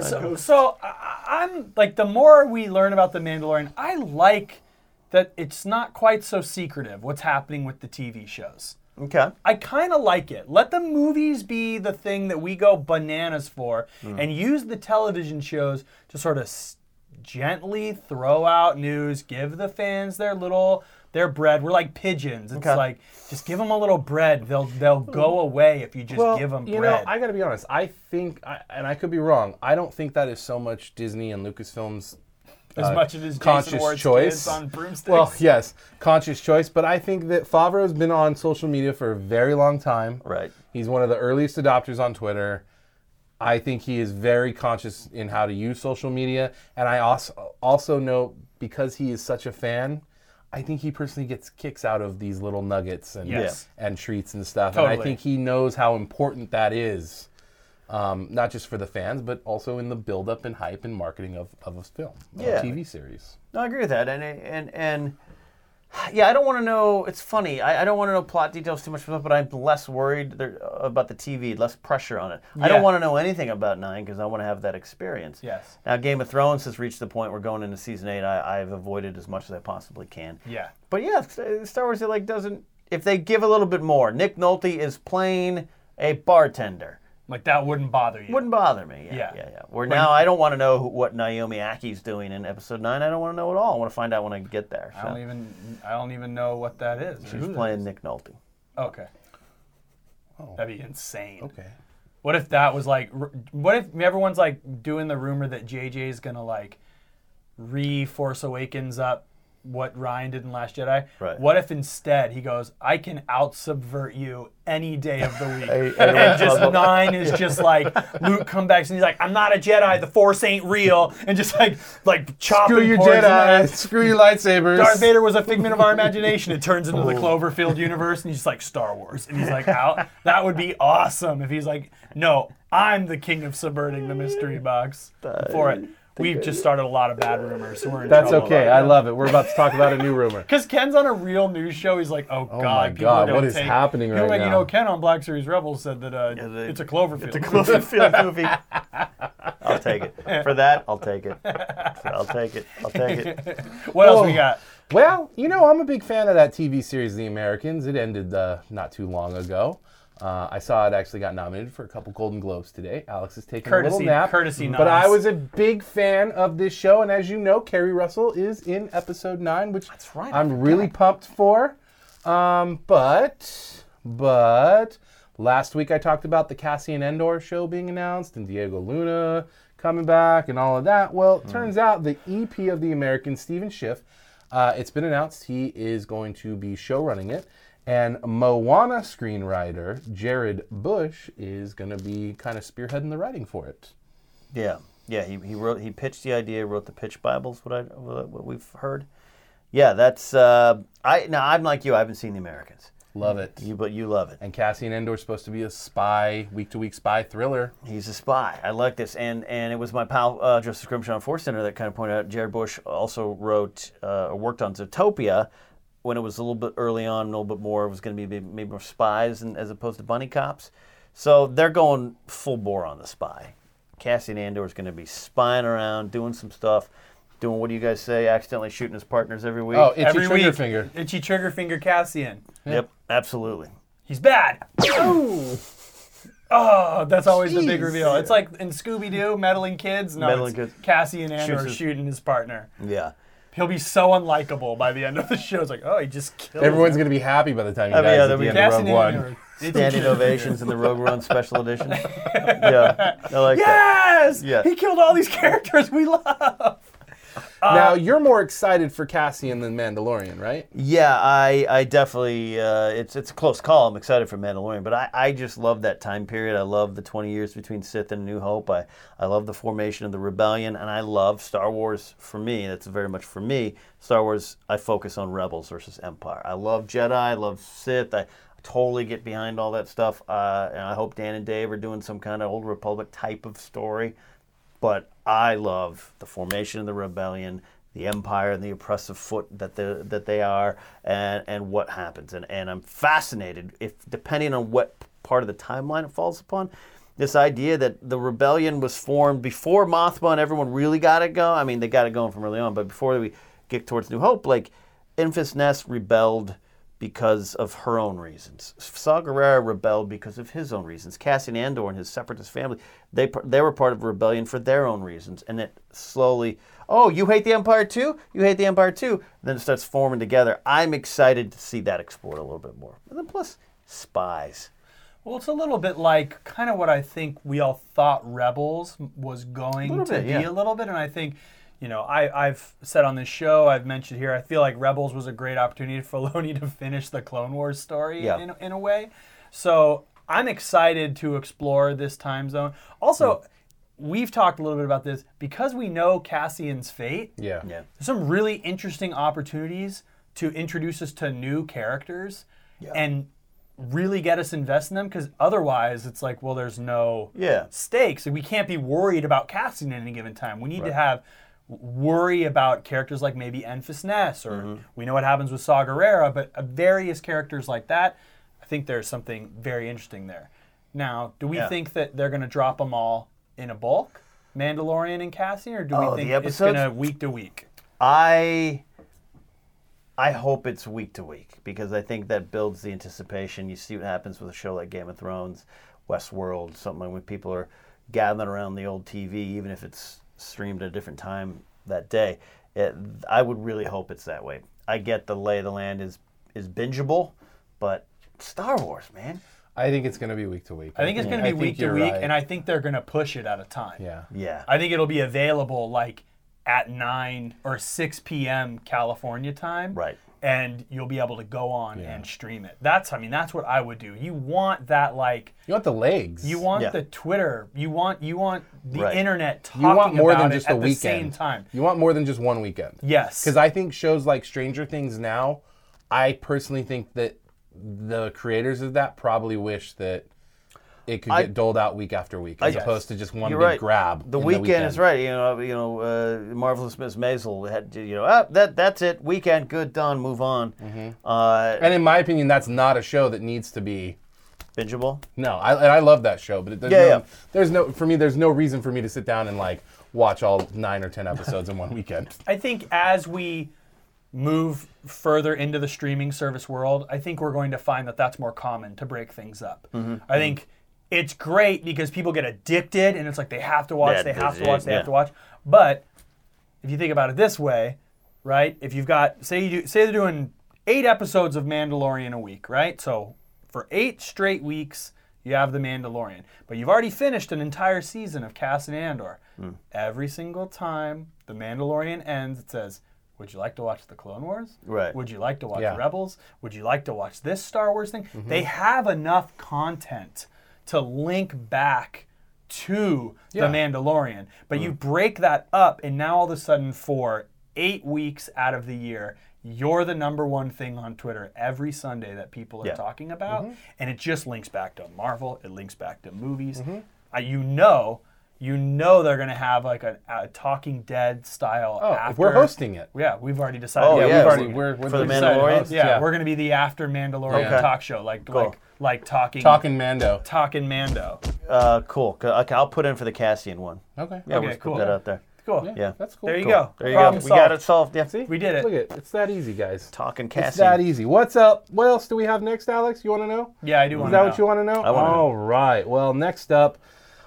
A: So, so I, I'm like the more we learn about the Mandalorian, I like that it's not quite so secretive what's happening with the TV shows.
D: Okay.
A: I kind of like it. Let the movies be the thing that we go bananas for
C: Hmm.
A: and use the television shows to sort of s- gently throw out news, give the fans their little their bread. We're like pigeons. It's
D: Okay.
A: like just give them a little bread. They'll they'll go away if you just
C: Hmm. well,
A: give them
C: you know,
A: bread.
C: I gotta be honest. I think, I, and I could be wrong. I don't think that is so much Disney and Lucasfilm's
A: as
C: uh,
A: much as it's
C: conscious
A: Jason Ward's
C: choice.
A: kids on broomsticks.
C: Well, yes, conscious choice, but I think that Favreau's been on social media for a very long time.
D: Right.
C: He's one of the earliest adopters on Twitter. I think he is very conscious in how to use social media, and I also also know because he is such a fan, I think he personally gets kicks out of these little nuggets and
A: Yes.
C: and treats and stuff. And
A: Totally.
C: I think he knows how important that is. Um, not just for the fans, but also in the build-up and hype and marketing of, of a film, of
D: Yeah.
C: a TV series.
D: No, I agree with that, and and and yeah, I don't want to know. It's funny. I, I don't want to know plot details too much, but I'm less worried there, about the TV, less pressure on it. I
A: Yeah.
D: don't want to know anything about Nine because I want to have that experience.
A: Yes.
D: Now, Game of Thrones has reached the point where going into season eight, I, I've avoided as much as I possibly can.
A: yeah.
D: But yeah, S- uh, Star Wars it, like doesn't. If they give a little bit more, Nick Nolte is playing a bartender.
A: Like that wouldn't bother you.
D: Wouldn't bother me. Yeah,
A: Yeah.
D: yeah, yeah. Where now I don't want to know who, what Naomi Aki's doing in episode nine. I don't want to know at all. I want to find out when I get there.
A: I
D: so.
A: don't even I don't even know what that is. or who
D: She's
A: that
D: playing
A: is. <laughs>
D: Nick Nolte.
A: Okay. That'd be insane.
C: Oh. Okay.
A: What if that was like? r- What if everyone's like doing the rumor that JJ is gonna like re Force Awakens up what Ryan did in Last Jedi?
D: Right.
A: What if instead he goes, I can out subvert you any day of the week,
D: Hey, hey,
A: and just
D: Bubba.
A: nine is just like Luke comes back and he's like, I'm not a Jedi, the Force ain't real, and just like like chopping
C: Screw your
A: points in the
C: Jedi.
A: ass.
C: Screw your lightsabers.
A: Darth Vader was a figment of our imagination. It turns into the
C: Oh.
A: Cloverfield universe, and he's just like Star Wars, and he's like
C: <laughs>
A: out. That would be awesome if he's like, no, I'm the king of subverting the mystery box for it. We've just started a lot of bad rumors, so we're in
C: That's okay. I love it. We're about to talk about a new rumor.
A: Because Ken's on a real news show, he's like, "Oh, God,
C: my
A: people are
C: God,
A: gonna
C: what is
A: take-
C: happening
A: People are
C: right
A: like, You
C: now?
A: know, Ken on Black Series Rebels said that uh,
D: Yeah, they-
A: it's a Cloverfield.
D: It's a <laughs>
A: <laughs>
D: Cloverfield movie. I'll take it. For that, I'll take it. I'll take it. I'll take it.
A: what else we
C: Oh.
A: got?
C: <laughs> Well, you know, I'm a big fan of that TV series, The Americans. It ended uh, not too long ago. Uh, I saw it actually got nominated for a couple Golden Globes today. Alex is taking a
A: Courtesy-
C: little nap.
A: courtesy
C: But
A: nods.
C: I was a big fan of this show, and as you know, Kerry Russell is in episode nine, which
D: right, I
C: I'm really pumped for. Um, but, but last week I talked about the Cassian Endor show being announced and Diego Luna coming back and all of that. Well, it
A: Hmm.
C: turns out the EP of the American Stephen Schiff, uh, it's been announced he is going to be show running it. And Moana screenwriter Jared Bush is going to be kind of spearheading the writing for it.
D: Yeah, yeah. He, he wrote. He pitched the idea. Wrote the pitch Bibles. What I what we've heard. Yeah, that's. Uh, I now I'm like you. I haven't seen The Americans.
C: Love it.
D: You but you love it.
C: And Cassian Endor's supposed to be a spy, week to week spy thriller.
D: He's a spy. I like this, and and it was my pal uh, Joseph Grimshaw on Force Center that kind of pointed out. Jared Bush also wrote uh, or worked on Zootopia when it was a little bit early on, a little bit more. It was going to be maybe, maybe more spies and, as opposed to bunny cops. So they're going full bore on the spy. Cassian Andor is going to be spying around, doing some stuff, doing what do you guys say? Accidentally shooting his partners every week.
C: Oh, itchy
A: Every
C: trigger
A: week,
C: finger.
A: Itchy trigger finger Cassian.
D: yep, absolutely.
A: He's bad. oh, that's always the big
E: Jeez.
A: reveal. It's like in Scooby Doo, meddling kids. No,
D: Meddling
A: it's
D: kids.
A: Cassie and Andrew
D: Shoots
A: are
D: his-
A: shooting his partner.
D: Yeah.
A: He'll be so unlikable by the end of the show. It's like, oh, he just killed.
C: Everyone's going to be happy by the time you
D: Oh,
C: guys
D: yeah,
C: at
D: they'll
C: the
D: be
C: end of
A: Cassie and
C: Rogue One.
A: Andrew.
D: Standing ovations in the Rogue One Special Edition. Yeah, I like that.
A: Yes,
D: Yeah.
A: he killed all these characters we love. Uh,
C: now you're more excited for Cassian than Mandalorian, right?
D: Yeah, I, I definitely uh, it's it's a close call. I'm excited for Mandalorian, but I, I just love that time period. I love the 20 years between Sith and New Hope. I, I love the formation of the rebellion, and I love Star Wars. For me, that's very much for me. Star Wars. I focus on Rebels versus Empire. I love Jedi. I love Sith. I totally get behind all that stuff. Uh, and I hope Dan and Dave are doing some kind of old Republic type of story but I love the formation of the rebellion, the empire, and the oppressive foot that the that they are, and and what happens, and and I'm fascinated if depending on what part of the timeline it falls upon. This idea that the rebellion was formed before Mothma and everyone really got it going. I mean, they got it going from early on, but before we get towards New Hope, like Infus Nest rebelled because of her own reasons. Saw Gerrera rebelled because of his own reasons. Cassian Andor and his separatist family, they par- they were part of a rebellion for their own reasons. And it slowly, oh, you hate the Empire too? You hate the Empire too? Then it starts forming together. I'm excited to see that explored a little bit more. And then plus, spies.
A: Well, it's a little bit like kind of what I think we all thought Rebels was going
D: Little
A: to
D: bit,
A: be
D: yeah.
A: a little bit, and I think. You know, I, I've said on this show, I've mentioned here, I feel like Rebels was a great opportunity for <laughs> Filoni to finish the Clone Wars story
D: Yeah.
A: in, in a way. So I'm excited to explore this time zone. Also,
D: Hmm.
A: we've talked a little bit about this because we know Cassian's fate.
C: Yeah.
D: Yeah.
A: There's some really interesting opportunities to introduce us to new characters and really get us invested in them because otherwise it's like well there's no
D: Yeah.
A: stakes we can't be worried about casting at any given time we need to have worry about characters like maybe Enfys Ness or
D: Mm-hmm.
A: we know what happens with Saw Gerrera but uh, various characters like that I think there's something very interesting there now do we
D: Yeah.
A: think that they're going to drop them all in a bulk Mandalorian and Cassian or do
D: Oh,
A: we think
D: the
A: it's
D: episodes?
A: going to week to week
D: I I hope it's week to week because I think that builds the anticipation. You see what happens with a show like Game of Thrones, Westworld, something like when people are gathering around the old TV, even if it's streamed at a different time that day. It, I would really hope it's that way. I get the lay of the land is is bingeable, but Star Wars, man.
C: I think it's going to be week to week.
A: I think it's going to be
C: I
A: week
C: think
A: to
C: you're
A: week,
C: right.
A: and I think they're going to push it at a time.
C: yeah.
D: Yeah.
A: I think it'll be available like at 9 or 6 p.m. California time.
D: Right.
A: And you'll be able to go on and stream it. That's, I mean, that's what I would do. You want that, like,
C: You want the legs.
A: you want
D: Yeah.
A: the Twitter, you want you want the
D: Right.
A: internet talking
C: You want more
A: about
C: than
A: it
C: just
A: at
C: a
A: the
C: weekend.
A: same time.
C: You want more than just one weekend.
A: Yes.
C: Because I think shows like Stranger Things now, I personally think that the creators of that probably wish that it could
D: I-
C: get doled out week after week as opposed to just one
D: You're
C: big
D: right.
C: grab.
D: The
C: in
D: weekend, is right. You know, you know, uh, marvelous Miss Maisel had you know ah, that that's it. Weekend, good, done, move on. Uh,
C: And in my opinion, that's not a show that needs to be.
D: bingeable.
C: No, I, and I love that show, but it, there's,
D: Yeah,
C: no,
D: yeah.
C: there's no for me. There's no reason for me to sit down and like watch all nine or ten episodes in one weekend.
A: I think as we move further into the streaming service world, I think we're going to find that that's more common to break things up. I think it's great because people get addicted and it's like they have to watch,
D: Yeah,
A: they have to
D: it
A: watch,
D: is,
A: they
D: yeah.
A: have to watch. But if you think about it this way, right? If you've got say you do, say they're doing eight episodes of Mandalorian a week, right? So for eight straight weeks, you have the Mandalorian, but you've already finished an entire season of Cass and Andor. Every single time the Mandalorian ends, it says. Would you like to watch the Clone Wars?
D: Right.
A: Would you like to watch
C: Yeah. Mm-hmm.
A: Rebels? Would you like to watch this Star Wars thing? They have enough content to link back to
C: Yeah. Mm-hmm.
A: the Mandalorian. But you break that up, and now all of a sudden, for eight weeks out of the year, you're the number one thing on Twitter every Sunday that people are
D: Yeah.
A: talking
C: Mm-hmm.
A: about. And it just links back to Marvel, it links back to movies.
C: Mm-hmm.
A: Uh, you know. You know they're going to have like a, a Talking Dead style.
C: Oh,
A: after.
C: we're hosting it.
A: Yeah, we've already decided.
D: Oh,
A: we're
D: yeah,
C: we've already
A: hosting it.
C: we're, we're
D: For
C: we're
D: the
C: excited
D: Mandalorian?
C: hosts,
A: Yeah, we're gonna be the after Mandalorian
D: Okay.
A: talk show, like like like talking
C: talking Mando.
A: talking Mando.
D: Uh, cool. Okay, I'll put in for the Cassian one.
C: Okay.
D: Yeah,
A: Okay,
D: we'll just
A: cool.
D: put that out there.
A: Cool.
D: Yeah.
E: That's cool.
A: There you
D: Cool.
A: go.
D: There you
A: Problem
D: go. We
A: solved.
D: got it solved. Yeah.
A: We did it.
C: Look at it's that easy, guys.
D: Talking
C: It's
D: Cassie.
C: that easy. What's up? What else do we have next, Alex? You want to know?
A: Yeah, I do
C: Is
A: want
C: that
A: to
C: what you want to know?
D: I wanna know.
C: All right. Well, next up.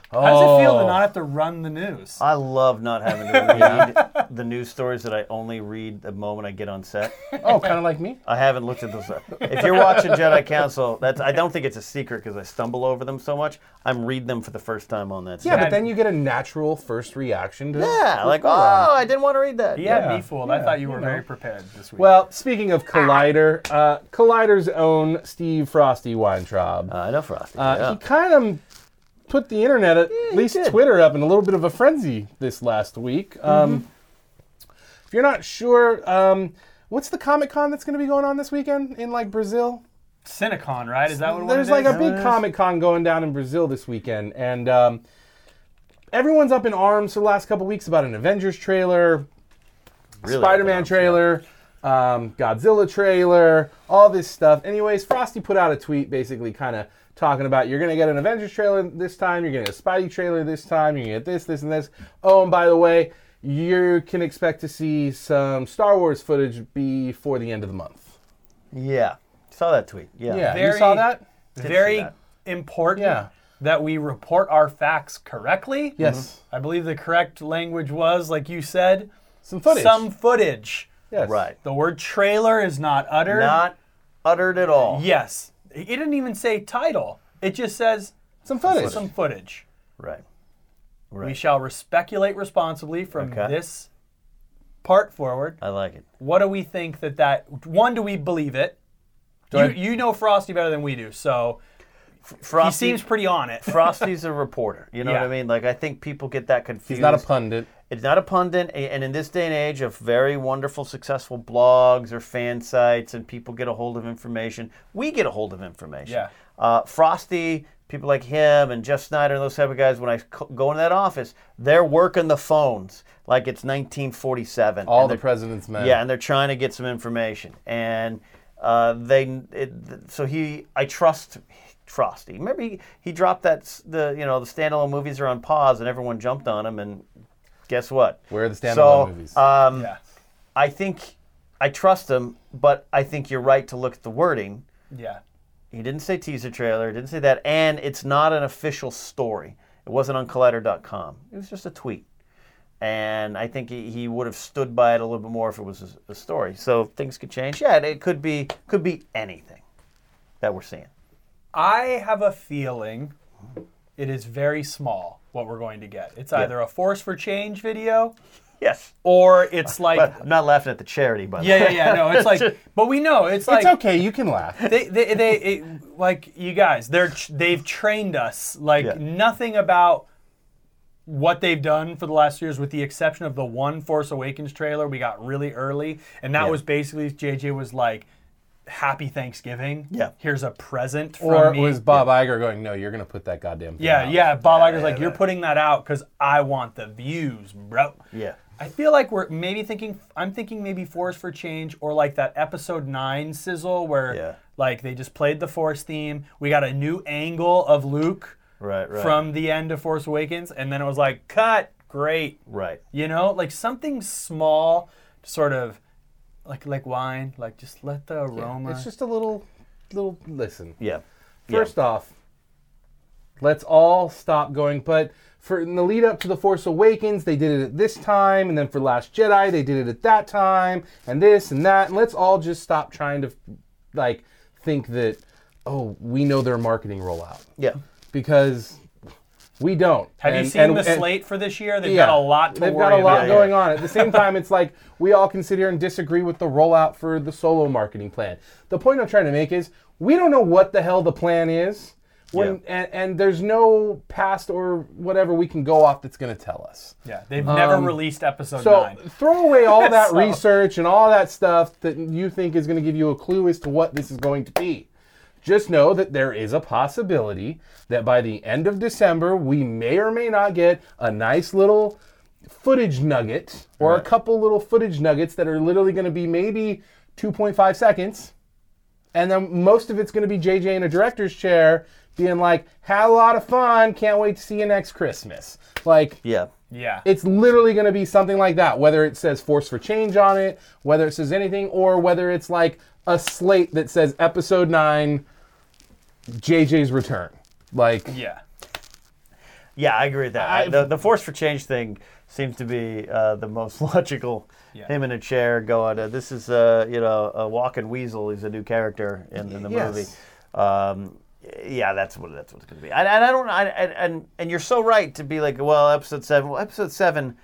A: How does it feel to
C: oh. Uh,
A: not have to run the news?
D: I love not
A: <laughs>
D: having to read the news stories that I only read the moment I get on set.
C: Oh, kind of like me.
D: I haven't looked at those. If you're watching Jedi Council, that's I don't think it's a secret because I stumble over them so much. I'm reading them for the first time on that.
C: Yeah,
D: set.
C: but then you get a natural first reaction to
D: yeah. Like, oh, I didn't want to read that.
A: He
D: Yeah.
A: had me fooled. I thought you were very prepared this week.
C: Well, speaking of Collider, uh, Collider's own Steve Frosty Weintraub.
D: Uh, I know Frosty.
C: Uh,
D: yeah.
C: He kind of put the internet, at least
D: did.
C: Twitter, up in a little bit of a frenzy this last week. Um,
D: Mm-hmm.
C: If you're not sure, um, what's the Comic Con that's going to be going on this weekend in like Brazil?
A: Cinecon, right? Is that what it
C: There's
A: is?
C: like a big Comic Con going down in Brazil this weekend, and um, everyone's up in arms for the last couple weeks about an Avengers trailer,
D: Really
C: Spider-Man
D: up in
C: trailer, um, Godzilla trailer, all this stuff. Anyways, Frosty put out a tweet basically kind of talking about you're gonna get an Avengers trailer this time, you're gonna get a Spidey trailer this time, you're gonna get this, this, and this. Oh, and by the way, you can expect to see some Star Wars footage before the end of the month.
D: Yeah. Saw that tweet. Yeah.
C: Yeah, you
A: Very-
C: saw that?
A: Very
D: that.
A: important
C: Yeah.
A: that we report our facts correctly. Mm-hmm.
C: Yes.
A: I believe the correct language was, like you said,
C: Some footage.
A: some footage.
C: Yes.
D: Right.
A: The word trailer is not uttered.
D: Not uttered at all.
A: Yes. It didn't even say title. It just says
C: Some footage.
A: some footage.
D: Right.
A: We
D: Right.
A: shall respeculate responsibly from
D: Okay.
A: this part forward.
D: I like it.
A: What do we think that that one? Do we believe it? You, you know Frosty better than we do, so he
D: Frosty
A: seems pretty on it.
D: Frosty's a reporter. You know
A: Yeah.
D: what I mean? Like I think people get that confused.
C: He's not a pundit.
D: It's not a pundit, a- and in this day and age of very wonderful, successful blogs or fan sites, and people get a hold of information, we get a hold of information.
A: Yeah.
D: Uh, Frosty, people like him and Jeff Snyder and those type of guys, when I co- go into that office, they're working the phones like it's 1947.
C: All
D: and
C: the
D: they're-
C: president's men.
D: yeah, and they're trying to get some information, and uh, they it, so he I trust Frosty. Remember he, he dropped that s- the you know the standalone movies are on pause, and everyone jumped on him, and guess what?
C: Where are the standalone
D: so,
C: movies?
D: Um,
A: Yeah.
D: I think I trust him, but I think you're right to look at the wording.
A: Yeah.
D: He didn't say teaser trailer, didn't say that, and it's not an official story. It wasn't on Collider.com. It was just a tweet, and I think he, he would have stood by it a little bit more if it was a, a story. So things could change. Yeah, it, it could be could be anything that we're seeing.
A: I have a feeling it is very small what we're going to get. It's either a force for change video
D: Yes,
A: or
D: <laughs>
A: it's like
D: but I'm not laughing at the charity, by the way.
A: yeah yeah yeah no it's
D: <laughs>
A: like but we know it's like
C: it's okay. You can laugh.
A: they they, they it, like you guys they're tr- they've trained us like
D: Yeah.
A: nothing about what they've done for the last years with the exception of the one Force Awakens trailer we got really early and that was basically JJ was like happy Thanksgiving
D: Yeah.
A: here's a present from
C: Or
A: me
C: was Bob Iger going, no, you're going to put that goddamn thing
A: yeah
C: out."
A: yeah Bob Iger's like you're putting that out cuz I want the views bro
D: <laughs> Yeah.
A: I feel like we're maybe thinking. I'm thinking maybe Force for Change or like that episode nine sizzle where
D: Yeah.
A: like they just played the Force theme. We got a new angle of Luke
D: Right, right.
A: from the end of Force Awakens, and then it was like cut. Great,
D: Right.
A: you know, like something small, to sort of like like wine, like just let the aroma.
C: It's just a little, little listen.
D: Yeah. Yeah.
C: First off, let's all stop going. But for in the lead up to the Force Awakens, they did it at this time, and then for Last Jedi, they did it at that time, and this and that. And let's all just stop trying to, like, think that, oh, we know their marketing rollout
D: Yeah.
C: because we don't.
A: Have
C: And-
A: you seen
C: and-
A: the
C: and-
A: slate for this year? They've
C: Yeah.
A: got a lot to
C: They've
A: worry
C: got a lot
A: about.
C: going on. At the same time, it's like we all can sit here and disagree with the rollout for the solo marketing plan. The point I'm trying to make is we don't know what the hell the plan is. When, and, and there's no past or whatever we can go off that's going to tell us.
A: Yeah, they've never released episode
C: Um, So
A: nine.
C: throw
A: <laughs>
C: away all that
A: So-
C: research and all that stuff that you think is going to give you a clue as to what this is going to be. Just know that there is a possibility that by the end of December, we may or may not get a nice little footage nugget or a couple little footage nuggets that are literally going to be maybe 2.5 seconds. And then most of it's going to be JJ in a director's chair being like, "Had a lot of fun. Can't wait to see you next Christmas." Like,
D: Yeah.
A: Yeah.
C: it's literally going to be something like that, whether it says Force for Change on it, whether it says anything, or whether it's like a slate that says Episode 9, JJ's Return. Like,
A: yeah.
D: Yeah, I agree with that. I-
C: I-
D: the, the force for change thing seems to be uh, the most <laughs> logical.
A: Yeah.
D: Him in a chair going, uh, this is, uh, you know, a walking weasel. He's a new character in, in the
C: Yes.
D: movie. Um, yeah, that's what that's what it's going to be. And, and I don't, I, and, and and you're so right to be like, well, episode seven. Well, episode seven,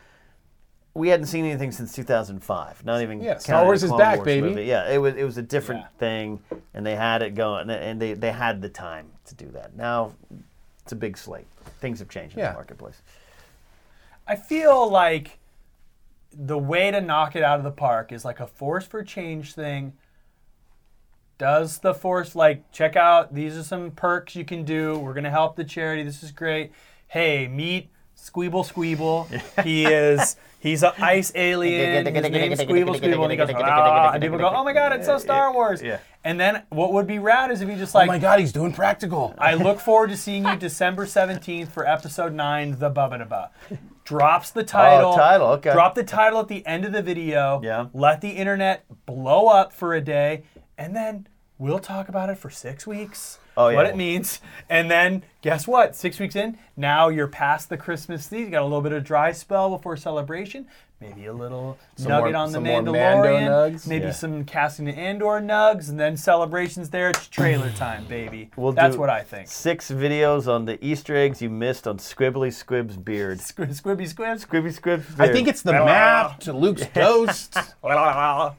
D: we hadn't seen anything since 2005. Not even
C: Yeah, Star
D: counting the
C: Wars is
D: Clone
C: back,
D: Wars
C: baby.
D: movie. Yeah, it was it was a different
A: Yeah.
D: thing, and they had it going, and they they had the time to do that. Now it's a big slate. Things have changed in
C: Yeah.
D: the marketplace.
A: I feel like the way to knock it out of the park is like a force for change thing. Does the force like check out these are some perks you can do? We're gonna help the charity. This is great. Hey, meet Squeeble
D: <laughs>
A: Squeeble. he is he's an ice alien. His name's Squeeble Squeeble. And he goes "Ah," and people go, oh my god, it's so Star Wars.
D: Yeah.
A: And then what would be rad is if he just like
C: oh my God, he's doing practical.
A: I look forward to seeing you December 17th for episode 9, The Bubba Drops the title.
D: Oh, title, okay.
A: Drop the title at the end of the video.
D: Yeah.
A: Let the internet blow up for a day, and then we'll talk about it for six weeks.
D: Oh, yeah.
A: What it means. And then guess what? Six weeks in, now you're past the Christmas season. You got a little bit of dry spell before celebration. Maybe a little nugget
C: more-
A: on the
C: some more Mando
A: Mandalorian.
C: nugs.
A: Maybe
D: Yeah.
A: some casting to Andor nugs, and then celebrations there. It's trailer time, baby.
D: We'll
A: That's
D: do-
A: what I think.
D: Six videos on the Easter eggs you missed on Squibbly Squib's beard.
A: Squib, squibby squibs.
D: Squibby Squib's beard.
C: I think it's the map to Luke's ghost.
A: Squibby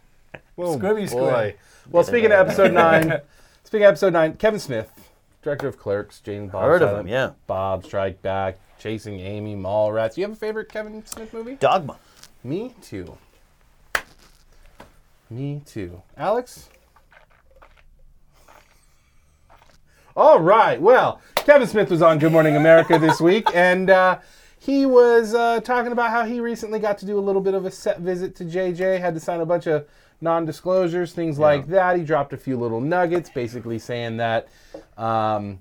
C: Oh,
A: Squibby squib.
C: boy. Well, speaking of episode 9, speaking of episode 9, Kevin Smith, director of Clerks, Jane Bob.
D: Heard of
C: Silent
D: him, yeah.
C: Bob Strike Back, Chasing Amy, Mallrats. You have a favorite Kevin Smith movie?
D: Dogma.
C: Me too. Me too. Alex? All right. Well, Kevin Smith was on Good Morning America this week, and uh, he was uh, talking about how he recently got to do a little bit of a set visit to JJ, had to sign a bunch of non disclosures, things like that. He dropped a few little nuggets, basically saying that, um,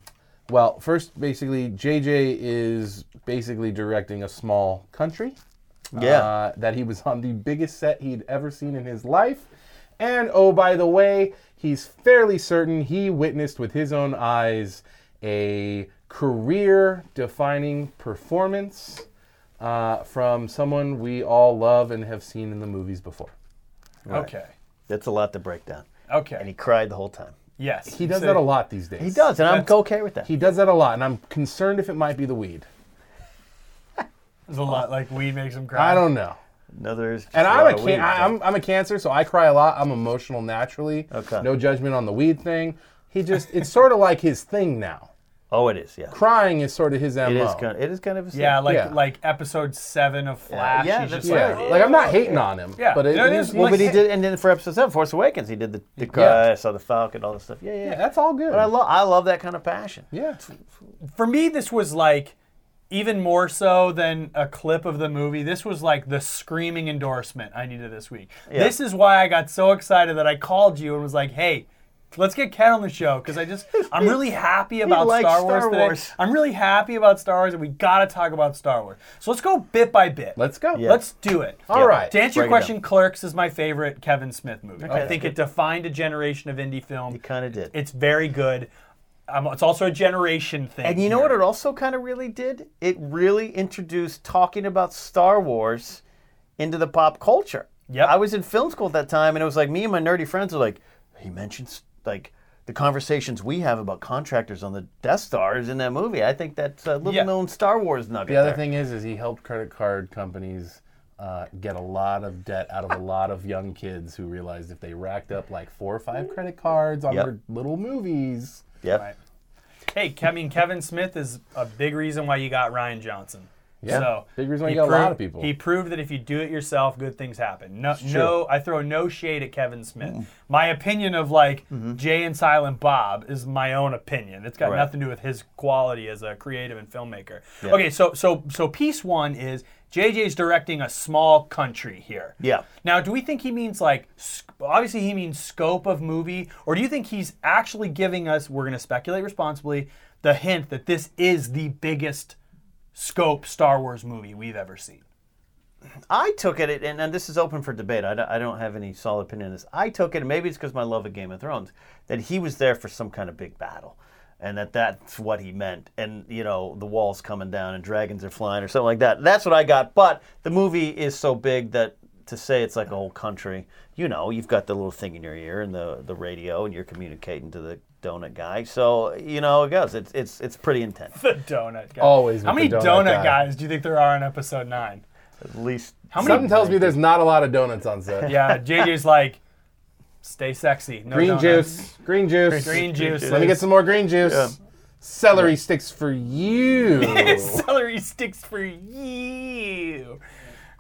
C: well, first, basically, JJ is basically directing a small country
D: Yeah.
C: uh, that he was on the biggest set he'd ever seen in his life. And oh, by the way, he's fairly certain he witnessed with his own eyes a career defining performance uh, from someone we all love and have seen in the movies before.
A: Okay.
D: That's a lot to break down. And he
A: Okay.
D: cried the whole time.
A: Yes.
C: He does
A: So-
C: that a lot these days.
D: He does, and I'm
A: That's-
D: okay with that.
C: He does that a lot, and I'm concerned if it might be the weed.
A: It's a lot. Like weed makes him cry.
C: I don't know.
D: Another is just
C: And
D: lot
C: I'm a,
D: of
C: can-
D: weed,
C: I, I'm, I'm a cancer, so I cry a lot. I'm emotional naturally.
D: Okay.
C: No judgment on the weed thing. He just, it's sort of like his thing now.
D: Oh, it is. Yeah.
C: Crying is sort of his MO.
D: It is kind. Of, it is kind of. A
A: Yeah, like
C: Yeah.
A: like episode seven of Flash.
D: yeah,
A: he's
D: that's
A: just
D: what
C: yeah.
A: like,
D: it is.
C: Like, I'm not hating on him.
A: Yeah.
C: But it,
A: No, it
C: is,
A: is-
D: Well, but he
A: Like-
D: did, and then for episode seven, Force Awakens, he did the, the cry. I saw the Falcon, all this stuff. Yeah, yeah.
C: yeah,
D: yeah
C: that's all good.
D: but I love, I love that kind of passion.
C: yeah.
A: for me, this was like even more so than a clip of the movie. This was like the screaming endorsement I needed this week.
D: Yeah.
A: This is why I got so excited that I called you and was like, "Hey, let's get Ken on the show" because I just I'm really
D: <laughs>
A: happy about
D: likes
A: Star Wars
D: Star
A: today.
D: Wars.
A: I'm really happy about Star Wars, and we gotta talk about Star Wars. So let's go bit by bit.
C: Let's go.
D: Yeah.
A: Let's do it.
C: All right.
A: To answer your
D: Break it down.
A: question, Clerks is my favorite Kevin Smith movie. I
D: Okay.
A: think it defined a generation of indie film.
D: He kind of did.
A: It's very good. Um, it's also a generation thing.
D: and you know
A: here.
D: what? It also kind of really did. It really introduced talking about Star Wars into the pop culture.
A: Yep.
D: I was in film school at that time, and it was like me and my nerdy friends were like, he mentions like the conversations we have about contractors on the Death Star is in that movie. I think that's a little
A: Yeah.
D: known Star Wars nugget.
C: The other
D: there.
C: thing is, is he helped credit card companies uh, get a lot of debt out of a lot of young kids who realized if they racked up like four or five credit cards on
D: Yep.
C: their little movies.
D: Yep.
A: Right. Hey, Ke- I mean, Kevin Smith is a big reason why you got Ryan Johnson.
C: Yeah.
A: So
C: Big reason why
A: he
C: you got a lot
A: proved-
C: of people.
A: He proved that if you do it yourself, good things happen. No, no I throw no shade at Kevin Smith.
D: Mm-hmm.
A: My opinion of like Jay and Silent Bob is my own opinion. It's got
D: Right.
A: nothing to do with his quality as a creative and filmmaker. Okay, so so so piece one is JJ's directing a small country here.
D: Yeah.
A: Now, do we think he means like, sc- obviously he means scope of movie, or do you think he's actually giving us, we're going to speculate responsibly, the hint that this is the biggest scope Star Wars movie we've ever seen.
D: I took it, and, and this is open for debate. I don't, I don't have any solid opinion on this. I took it, and maybe it's because my love of Game of Thrones, that he was there for some kind of big battle, and that that's what he meant. And you know, the walls coming down and dragons are flying or something like that. That's what I got. But the movie is so big that to say it's like a whole country, you know, you've got the little thing in your ear and the the radio, and you're communicating to the donut guy. So you know, it goes. It's it's it's pretty intense.
A: The donut guy.
C: Always
A: How
C: with
A: many
C: the
A: donut,
C: donut guy.
A: guys do you think there are in Episode Nine?
D: At least
A: How many?
C: Something tells me there's not a lot of donuts on set.
A: yeah, JJ's like, stay sexy. No
C: Green
A: donuts." <laughs>
C: juice. Green juice.
A: Green juice.
C: Let me get some more green juice. Celery sticks for you.
A: <laughs> celery sticks for you.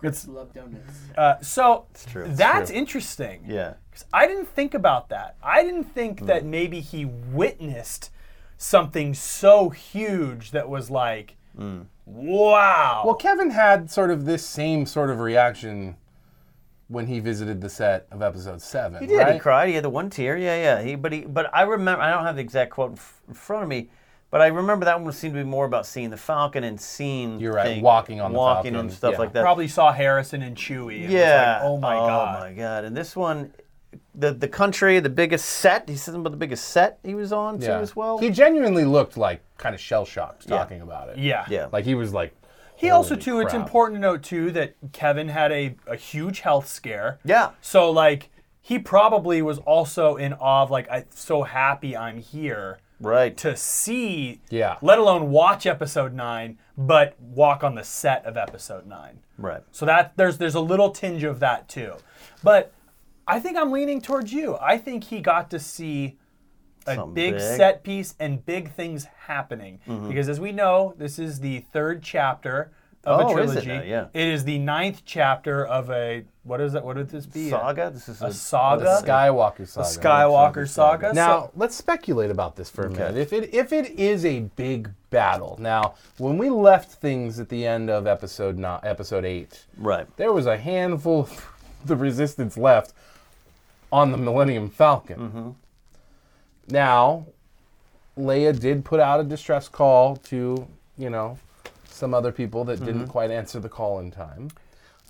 F: Just love donuts.
A: Uh, so
D: true. It's
A: that's interesting.
D: yeah. Mm.
A: 'Cause I didn't think about that. I didn't think that maybe he witnessed something so huge that was like,
D: Mm.
A: wow.
C: Well, Kevin had sort of this same sort of reaction when he visited the set of episode seven.
D: He did.
C: Right?
D: He cried. He had the one tear. Yeah, yeah. He, but he, but I remember. I don't have the exact quote in, f- in front of me, but I remember that one seemed to be more about seeing the Falcon and seeing.
C: You're right,
D: thing-
C: walking on the
D: walking
C: Falcon,
D: and stuff
C: yeah.
D: like that.
A: Probably saw Harrison and Chewie. and was
D: yeah.
A: like, oh my god.
D: Oh my god. And this one, the the country, the biggest set. He said something about the biggest set he was on
C: Yeah.
D: too as well.
C: He genuinely looked like kind of shell shocked talking about it.
A: Yeah.
D: yeah.
C: Like he was like,
A: He also
C: Holy
A: too. It's
C: crap.
A: important to note too that Kevin had a, a huge health scare.
D: Yeah.
A: So like he probably was also in awe of like I'm so happy I'm here
D: right.
A: to see.
C: Yeah.
A: Let alone watch episode nine, but walk on the set of episode nine.
D: right.
A: So that there's there's a little tinge of that too, but I think I'm leaning towards you. I think he got to see a
D: Something
A: big,
D: big. Mm-hmm.
A: set piece and big things happening because as we know, this is the third chapter of a
D: Oh, is
A: trilogy.
D: it now? Yeah.
A: It is the ninth chapter of a what is that? What would this be?
D: Saga. This is a,
A: A saga.
C: Skywalker saga.
A: Skywalker saga.
C: Now
A: So-
C: let's speculate about this for a minute. If it if it is a big battle. Now, when we left things at the end of episode nine, episode eight,
D: Right.
C: there was a handful of <laughs> the resistance left on the Millennium Falcon.
A: Mm-hmm.
C: Now, Leia did put out a distress call to, you know, some other people that didn't quite answer the call in time.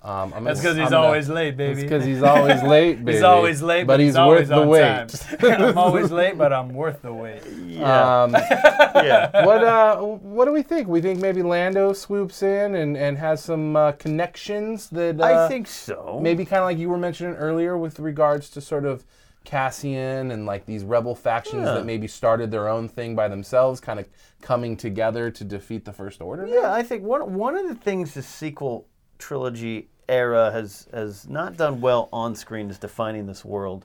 C: Um, I'm
A: Mm-hmm. that's
C: gonna-
A: because he's
C: I'm gonna-
A: always late, baby.
C: It's because he's always late,
A: <laughs>
C: baby.
A: He's always late, but, he's, always on time. <laughs> I'm always late, but I'm worth the wait. <laughs>
D: Yeah.
C: Um,
D: yeah.
C: what uh, what do we think? We think maybe Lando swoops in and, and has some uh, connections that uh,
D: I think so.
C: maybe kind of like you were mentioning earlier with regards to sort of Cassian and like these rebel factions
D: Yeah.
C: that maybe started their own thing by themselves, kind of coming together to defeat the First Order.
D: Yeah, I think one one of the things the sequel trilogy era has has not done well on screen is defining this world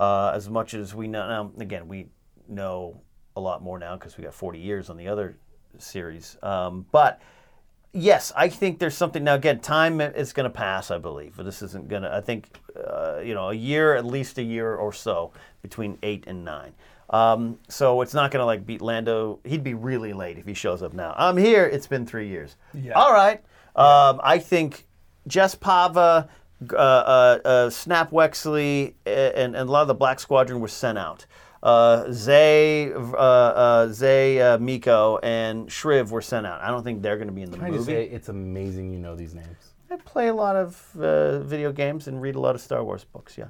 D: uh, as much as we know. Now, again, we know a lot more now because we got 40 years on the other series. Um, but yes, I think there's something now. Again, time is going to pass. I believe this isn't going to. I think uh, you know a year, at least a year or so between eight and nine. Um, so it's not going to like beat Lando. He'd be really late if he shows up now. I'm here. It's been three years.
A: Yeah.
D: All right. Um, I think Jess Pava, uh, uh, uh, Snap Wexley, uh, and, and a lot of the Black Squadron were sent out. Uh, Zay, uh, uh, Zay uh, Miko, and Shriv were sent out. I don't think they're going to be in the
C: I
D: movie.
C: just say it's amazing you know these names.
D: I play a lot of uh, video games and read a lot of Star Wars books. Yeah.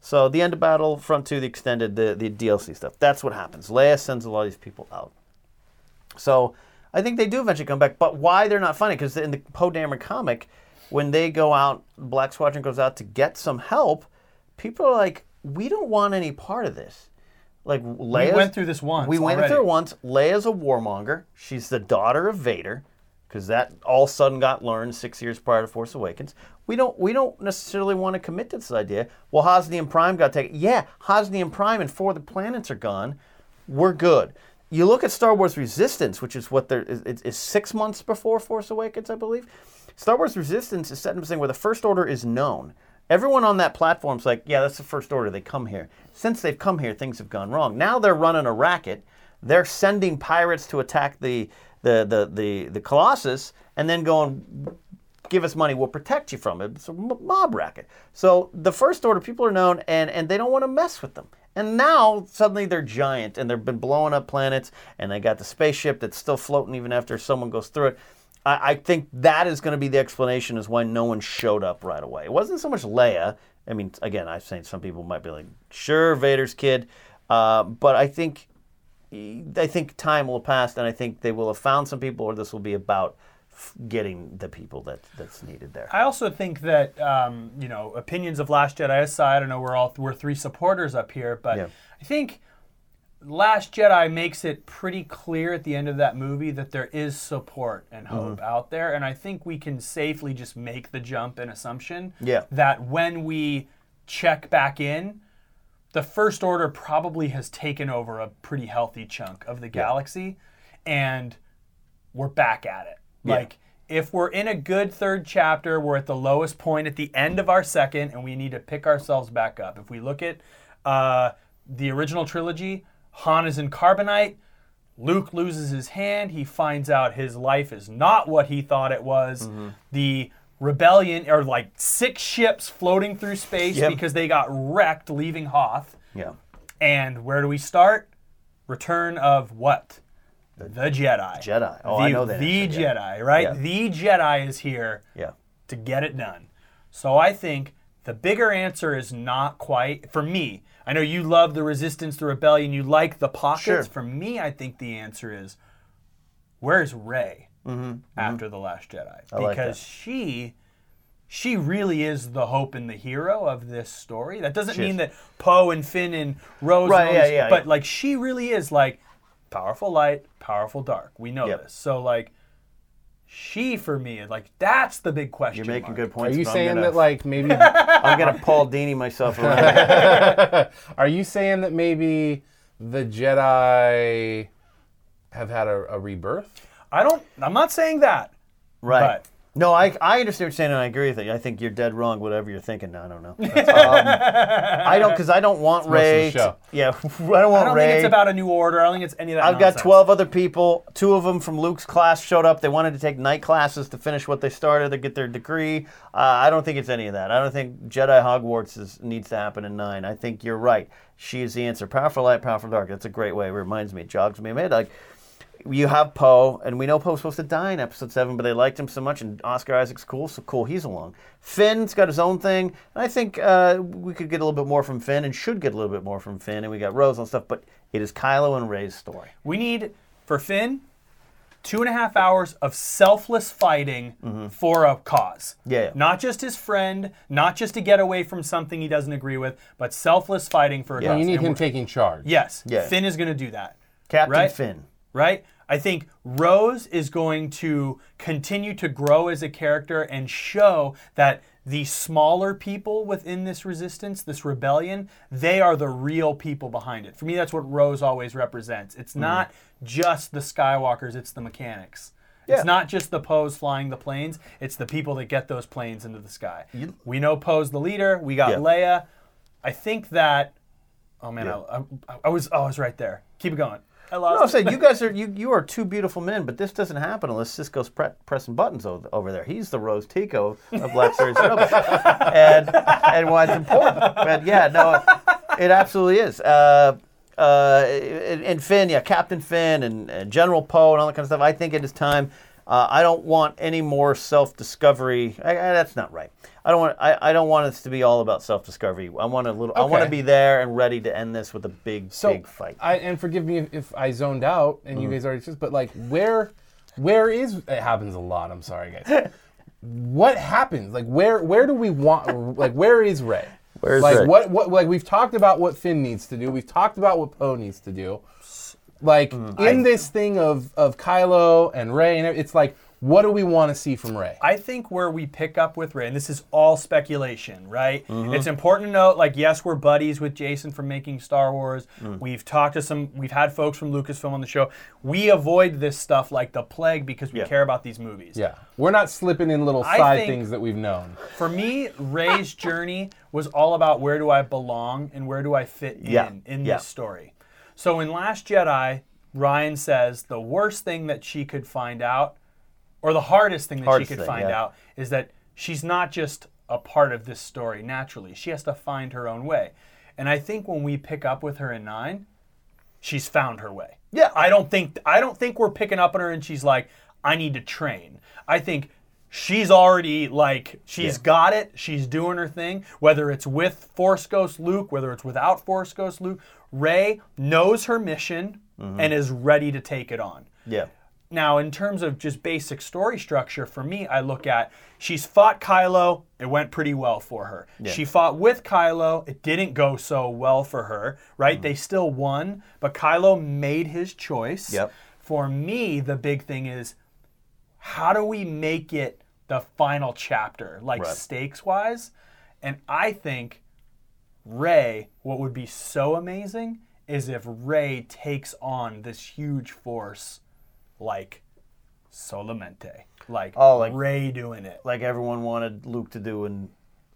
D: So the end of battle, front two, the extended, the, the DLC stuff. That's what happens. Leia sends a lot of these people out. So I think they do eventually come back. But why they're not funny? Because in the Poe Dameron comic, when they go out, Black Squadron goes out to get some help. People are like, we don't want any part of this. Like Leia
A: went through this once
D: We went
A: already.
D: through it once. Leia's a warmonger. She's the daughter of Vader, because that all of a sudden got learned six years prior to Force Awakens. We don't we don't necessarily want to commit to this idea. Well, Hosni and Prime got taken. Yeah, Hosni and Prime and four of the planets are gone. We're good. You look at Star Wars Resistance, which is what there is, is, is six months before Force Awakens, I believe. Star Wars Resistance is set in a thing where the First Order is known. Everyone on that platform's like, yeah, that's the First Order. They come here. Since they've come here, things have gone wrong. Now they're running a racket. They're sending pirates to attack the the the the, the Colossus, and then going, give us money, we'll protect you from it. It's a m- mob racket. So the first order people are known, and and they don't want to mess with them. And now suddenly they're giant, and they've been blowing up planets, and they got the spaceship that's still floating even after someone goes through it. I, I think that is going to be the explanation is why no one showed up right away. It wasn't so much Leia. I mean, again, I've seen some people might be like, sure, Vader's kid, uh, but I think I think time will pass, and I think they will have found some people, or this will be about f- getting the people that that's needed there.
A: I also think that um, you know opinions of Last Jedi aside, I know we're all we're three supporters up here, but
D: Yeah.
A: I think Last Jedi makes it pretty clear at the end of that movie that there is support and
D: Mm-hmm.
A: hope out there, and I think we can safely just make the jump and assumption
D: Yeah.
A: that when we check back in, the First Order probably has taken over a pretty healthy chunk of the galaxy, and we're back at it. Like, if we're in a good third chapter, we're at the lowest point at the end of our second, and we need to pick ourselves back up. If we look at uh, the original trilogy, Han is in carbonite. Luke loses his hand. He finds out his life is not what he thought it was. The rebellion are like six ships floating through space
D: Yep.
A: because they got wrecked leaving Hoth.
D: Yeah,
A: And where do we start? Return of what? The, Jedi.
D: Jedi. Oh,
A: the,
D: I know that
A: The
D: answer, yeah.
A: Jedi, right?
D: Yeah.
A: The Jedi is here
D: yeah,
A: to get it done. So I think the bigger answer is not quite for me. I know you love the resistance, the rebellion, you like the pockets.
D: Sure.
A: For me, I think the answer is where's Rey after the Last Jedi?
D: Mm-hmm, like
A: Because
D: that.
A: she she really is the hope and the hero of this story. That doesn't
D: is.
A: mean that Poe and Finn and Rose,
D: Right,
A: and all
D: yeah,
A: these-
D: yeah,
A: but
D: yeah.
A: like she really is like powerful light, powerful dark. We know
D: Yep.
A: this. So like she for me, like that's the big question.
D: you're making
A: mark.
D: good
C: Are
D: points.
C: you
D: but I'm
C: saying
D: gonna-
C: that like
D: <laughs>
C: maybe?
D: I'm gonna Paul Dini myself around?
C: are you saying that maybe the Jedi have had a, a rebirth?
A: I don't. I'm not saying that.
D: <laughs> right.
A: But-
D: No, I, I understand what you're saying, and I agree with you. I think you're dead wrong. Whatever you're thinking, I <laughs> don't know. Um, I don't because I don't want
C: most of the
D: Ray. to-
C: show.
D: yeah, <laughs> I don't want
A: I don't
D: Ray.
A: think it's about a new order. I don't think it's any of that.
D: I've got
A: nonsense.
D: 12 other people. Two of them from Luke's class showed up. They wanted to take night classes to finish what they started, to get their degree. Uh, I don't think it's any of that. I don't think Jedi Hogwarts is, needs to happen in nine. I think you're right. She is the answer. Powerful light, powerful dark. That's a great way. It reminds me, it jogs me. Made like you have Poe, and we know Poe's supposed to die in episode seven, but they liked him so much, and Oscar Isaac's cool, so cool, he's along. Finn's got his own thing, and I think uh, we could get a little bit more from Finn, and should get a little bit more from Finn, and we got Rose and stuff, but it is Kylo and Ray's story.
A: We need for Finn two and a half hours of selfless fighting for a cause.
D: Mm-hmm. Yeah, yeah.
A: Not just his friend, not just to get away from something he doesn't agree with, but selfless fighting for a cause.
C: You need
A: And
C: him
A: we're-
C: taking charge.
A: Yes.
D: Yeah.
A: Finn is going to do that.
D: Captain
A: Right?
D: Finn.
A: right? I think Rose is going to continue to grow as a character and show that the smaller people within this resistance, this rebellion, they are the real people behind it. For me, that's what Rose always represents.
D: Hmm.
A: It's not just the Skywalkers, it's the mechanics.
D: Yeah.
A: It's not just the Poes flying the planes, it's the people that get those planes into the sky. we know Poe's the leader, we got
D: Yeah.
A: Leia. I think that. Oh man, I, I, I was oh, I was right there. Keep it going. I lost.
D: No, I'm
A: it.
D: saying you guys are you, you are two beautiful men, but this doesn't happen unless Cisco's pre- pressing buttons o- over there. He's the Rose Tico of Black <laughs> Series Nova, and and why it's important. But yeah, no, it absolutely is. Uh, uh, and, and Finn, yeah, Captain Finn and, and General Poe and all that kind of stuff. I think it is time. Uh, I don't want any more self-discovery. I, I- that's not right. I don't want. I, I don't want this to be all about self-discovery. I want a little. I want to
C: Okay.
D: be there and ready to end this with a big,
C: So,
D: big fight.
C: I, and forgive me if, if I zoned out and you guys already just, but like where, where is it happens a lot. I'm sorry, guys. what happens? Like where, where do we want? Like where is Ray?
D: Where is
C: like
D: Rey?
C: what? What? Like we've talked about what Finn needs to do. We've talked about what Poe needs to do. Like in this thing of of Kylo and Ray, and it's like, what do we want to see from Ray?
A: I think where we pick up with Ray, and this is all speculation, right?
D: Mm-hmm.
A: It's important to note, like, yes, we're buddies with Jason from making Star Wars.
D: Mm.
A: We've talked to some, we've had folks from Lucasfilm on the show. We avoid this stuff like the plague because we
D: Yeah.
A: care about these movies.
C: Yeah, we're not slipping in little
A: I
C: side
A: think-
C: things that we've known.
A: For me, Ray's <laughs> journey was all about where do I belong and where do I fit in
D: Yeah,
A: in
D: yeah.
A: this story. So in Last Jedi, Ryan says the worst thing that she could find out or the hardest thing that
D: Hardest
A: she could
D: thing,
A: find
D: yeah.
A: out is that she's not just a part of this story naturally. She has to find her own way. And I think when we pick up with her in 9, she's found her way.
D: Yeah.
A: I don't think I don't think we're picking up on her and she's like, I need to train. I think she's already like she's got it. She's doing her thing. Whether it's with Force Ghost Luke, whether it's without Force Ghost Luke, Ray knows her mission
D: Mm-hmm.
A: and is ready to take it on.
D: Yeah.
A: Now, in terms of just basic story structure, for me, I look at she's fought Kylo, it went pretty well for her. She fought with Kylo, it didn't go so well for her, right? They still won, but Kylo made his choice.
D: Yep.
A: For me, the big thing is how do we make it the final chapter, like stakes wise? And I think Ray, what would be so amazing is if Ray takes on this huge force like Solamente. Like,
D: Oh, like-
A: Ray doing it.
D: Like everyone wanted Luke to do in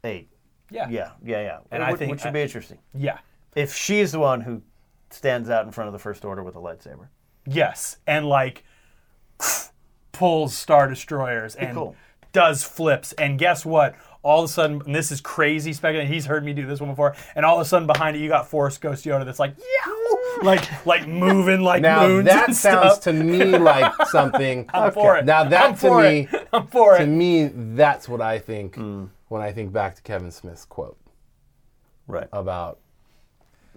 D: eight.
A: Yeah.
D: Yeah, yeah, yeah.
A: And
D: Wh-
A: I
D: wh-
A: think-
D: which would be interesting
A: Yeah.
D: if she's the one who stands out in front of the First Order with a lightsaber.
A: Yes. And like <sniffs> pulls Star Destroyers and
D: cool.
A: does flips. And guess what? All of a sudden, and this is crazy speculation. He's heard me do this one before. And all of a sudden, behind it, you got Force Ghost Yoda that's like, yeah, like like moving like
C: Now
A: moons
C: that
A: and
C: sounds
A: stuff.
C: to me
A: <laughs>
C: like something.
A: I'm for it.
C: Now that
A: I'm
C: to
A: for
C: me,
A: it. <laughs> I'm for it.
C: to me, that's what I think when I think back to Kevin Smith's quote
D: Right.
C: about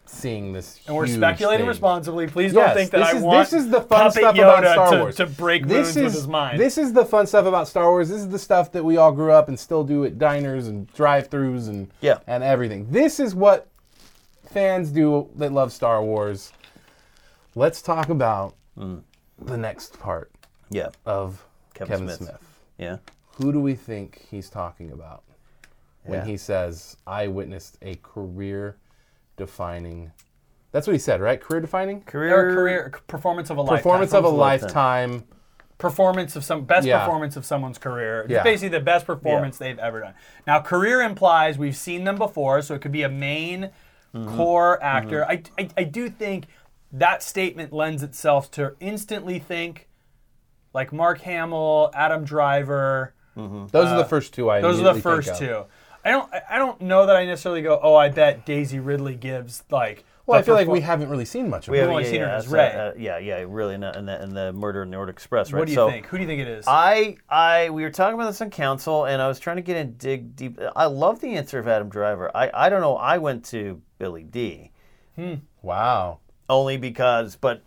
C: seeing this.
A: And we're
C: huge
A: speculating
C: thing.
A: responsibly. Please
C: Yes,
A: don't think that
C: this
A: I
C: is,
A: want
C: this is the fun
A: Puppet
C: stuff
A: Yoda
C: about Star
A: to,
C: Wars.
A: to break
C: this
A: moons
C: is
A: with his mind.
C: this is the fun stuff about Star Wars. This is the stuff that we all grew up and still do at diners and drive-throughs and
D: Yeah.
C: and everything. This is what fans do that love Star Wars. Let's talk about
A: Hmm.
C: the next part
D: yeah.
C: of Kevin,
D: Kevin
C: Smith.
D: Smith. Yeah.
C: Who do we think he's talking about when
D: Yeah.
C: he says, "I witnessed a career-defining"? That's what he said, right? Career-defining.
A: Their career performance of a
C: Performance
A: lifetime.
C: of a
D: Lifetime.
C: lifetime.
A: performance of some best
C: Yeah.
A: performance of someone's career. It's
C: Yeah.
A: basically the best performance they've ever done. Now, career implies we've seen them before, so it could be a main
C: Mm-hmm.
A: core actor. I, I I do think that statement lends itself to instantly think like Mark Hamill, Adam Driver.
C: Those are the first two I.
A: Uh, Those are the
C: immediately think
A: first
C: of.
A: two. I don't. I- I don't know that I necessarily go. Oh, I bet Daisy Ridley gives like.
C: Well,
A: the
C: I feel like
A: perfor-
C: we haven't really seen much of
D: We
C: it.
D: have,
A: only
D: yeah,
A: seen her
D: yeah,
A: as
D: so,
A: Rey.
D: uh, yeah, yeah, really, not in the, in the Murder in the Orient Express, right?
A: What do you
D: so,
A: think? Who do you think it is?
D: I, I, we were talking about this on council, and I was trying to get in dig deep. I love the answer of Adam Driver. I, I don't know. I went to Billy D.
C: Wow.
D: only because, but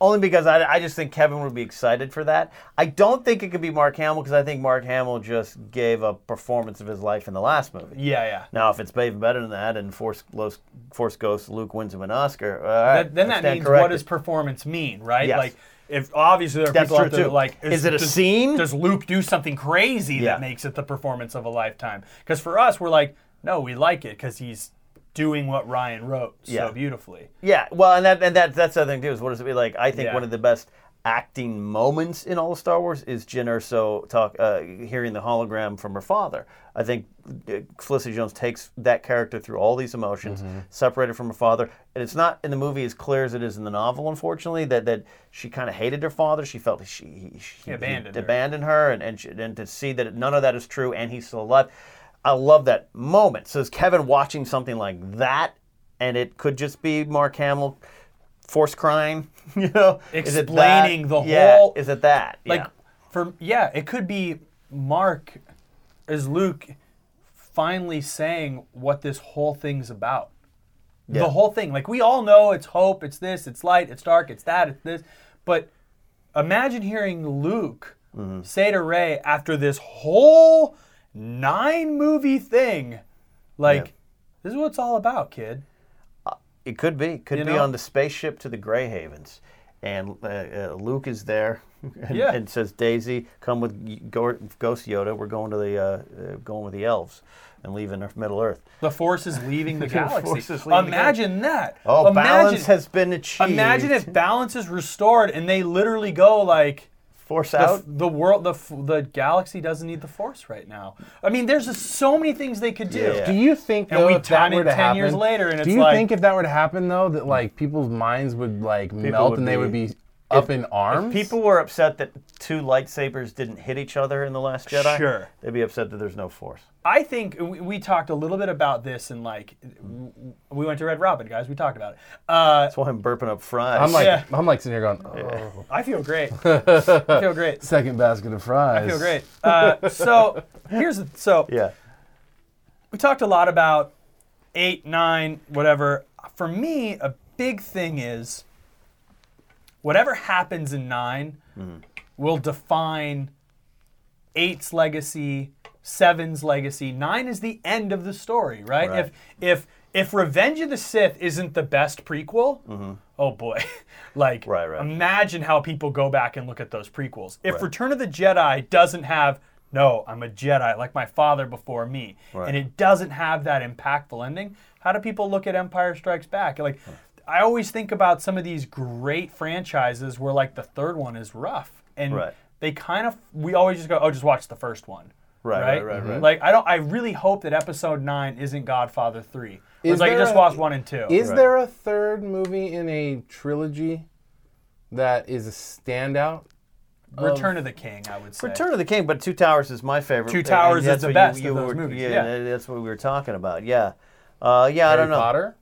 D: only because I, I just think Kevin would be excited for that. I don't think it could be Mark Hamill because I think Mark Hamill just gave a performance of his life in the last movie.
A: yeah, yeah.
D: Now, if it's even better than that, and Force, Los, Force Ghost Luke wins him an Oscar, all right,
A: That- then
D: I
A: that
D: stand
A: means what
D: corrected.
A: does performance mean, right?
D: Yes.
A: Like, if obviously there are
D: That's
A: people out
D: true,
A: there
D: too.
A: that, like,
D: Is it a
A: does-
D: scene?
A: Does Luke do something crazy
D: Yeah.
A: that makes it the performance of a lifetime? Because for us, we're like, no, we like it because he's doing what Ryan wrote
D: Yeah.
A: so beautifully.
D: Yeah, well, and that and that that's the other thing too is what does it be like? I think
A: Yeah.
D: one of the best acting moments in all of Star Wars is Jyn Erso talk uh, hearing the hologram from her father. I think uh, Felicity Jones takes that character through all these emotions, separated from her father, and it's not in the movie as clear as it is in the novel. Unfortunately, that that she kind of hated her father. She felt she he, she he
A: abandoned her.
D: abandoned her, and and, she, and to see that none of that is true, and he's still alive. I love that moment. So is Kevin watching something like that and it could just be Mark Hamill force crying, <laughs> you know, Is it that?
A: Explaining the
D: Yeah,
A: whole-
D: Is it that?
A: Like,
D: yeah.
A: for yeah, it could be Mark as Luke finally saying what this whole thing's about.
D: Yeah.
A: The whole thing. Like we all know it's hope, it's this, it's light, it's dark, it's that, it's this. But imagine hearing Luke
D: Mm-hmm.
A: say to Ray after this whole nine movie thing, like,
D: Yeah.
A: this is what it's all about, kid.
D: it could be. Could
A: You
D: be
A: know?
D: on the spaceship to the Grey Havens, and uh, uh, Luke is there, <laughs> and,
A: Yeah.
D: and says, "Daisy, come with y- Gor- Ghost Yoda. We're going to the uh, uh, going with the elves, and leaving Middle Earth."
A: The force is leaving the galaxy.
D: force is leaving <laughs> the
A: imagine that.
D: Oh,
A: imagine,
D: balance has been achieved.
A: Imagine if balance is restored and they literally go like
D: force
A: the, f-
D: out.
A: the world the f- the galaxy doesn't need the force right now. I mean, there's just so many things they could do.
D: Yeah.
C: Do you think
A: And
C: though
A: we
C: if that
A: time it
C: were to
A: 10
C: happen?
A: years later and
C: do
A: it's
C: you
A: like-
C: think if that were to happen though that like people's minds would like melt
D: would
C: and they would
D: be-
C: be
E: up in arms.
D: People were upset that two lightsabers didn't hit each other in the Last Jedi.
A: Sure.
D: they'd be upset that there's no Force.
A: I think we, we talked a little bit about this and like w- w- we went to Red Robin, guys. We talked about it. Uh,
D: That's why I'm burping up fries.
E: I'm like,
A: Yeah.
E: I'm like sitting here going, "Oh,
A: I feel great. I feel great.
E: second basket of fries.
A: I feel great. Uh, so here's the, so
D: <laughs> yeah,
A: we talked a lot about eight, nine, whatever. For me, a big thing is whatever happens in 9
D: Mm-hmm.
A: will define eight's legacy, seven's legacy. Nine is the end of the story, right?
D: Right.
A: If if if Revenge of the Sith isn't the best prequel, oh boy, <laughs> like
D: Mm-hmm. Right, right.
A: imagine how people go back and look at those prequels. If Return of the Jedi doesn't have no, I'm a Jedi like my father before me, and it doesn't have that impactful ending, how do people look at Empire Strikes Back? Like, I always think about some of these great franchises where like the third one is rough, and
D: Right.
A: they kind of we always just go, oh, just watch the first one.
D: Right,
A: right,
D: right, right, right.
A: Like I don't, I really hope that Episode Nine isn't Godfather Three. It's
C: Is
A: like
C: there
A: just
C: a-
A: watch one and two.
C: Is there a third movie in a trilogy that is a standout?
A: Return of the King, I would say.
D: Return of the King, but Two Towers is my favorite.
A: Two Towers
D: And
A: is
D: that's
A: the
D: what
A: best of those
D: were-
A: movies,
D: Yeah,
A: yeah.
D: that's what we were talking about. Yeah, uh, yeah. I
C: Harry
D: don't know.
C: Potter,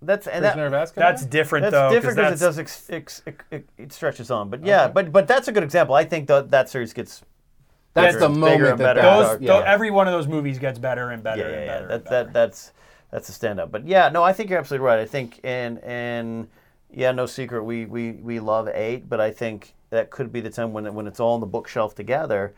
D: That's and that,
C: Prisoner of Azkaban.
A: That's different
D: That's
A: though. 'cause
D: different because
A: that's-
D: it does ex, ex, ex, ex- it stretches on. But yeah, but but that's a good example. I think that that series gets
C: that's
D: bigger
C: the
D: and
C: moment
D: better
C: that
D: and
C: that-
A: Those,
D: better.
C: yeah.
A: tho- every one of those movies gets better and better
D: yeah,
A: and
D: yeah, yeah.
A: better.
D: That,
A: and better.
D: that that's that's a stand up. But yeah, no, I think you're absolutely right. I think and and yeah, no secret, we we we love eight, but I think that could be the time when it- when it's all on the bookshelf together.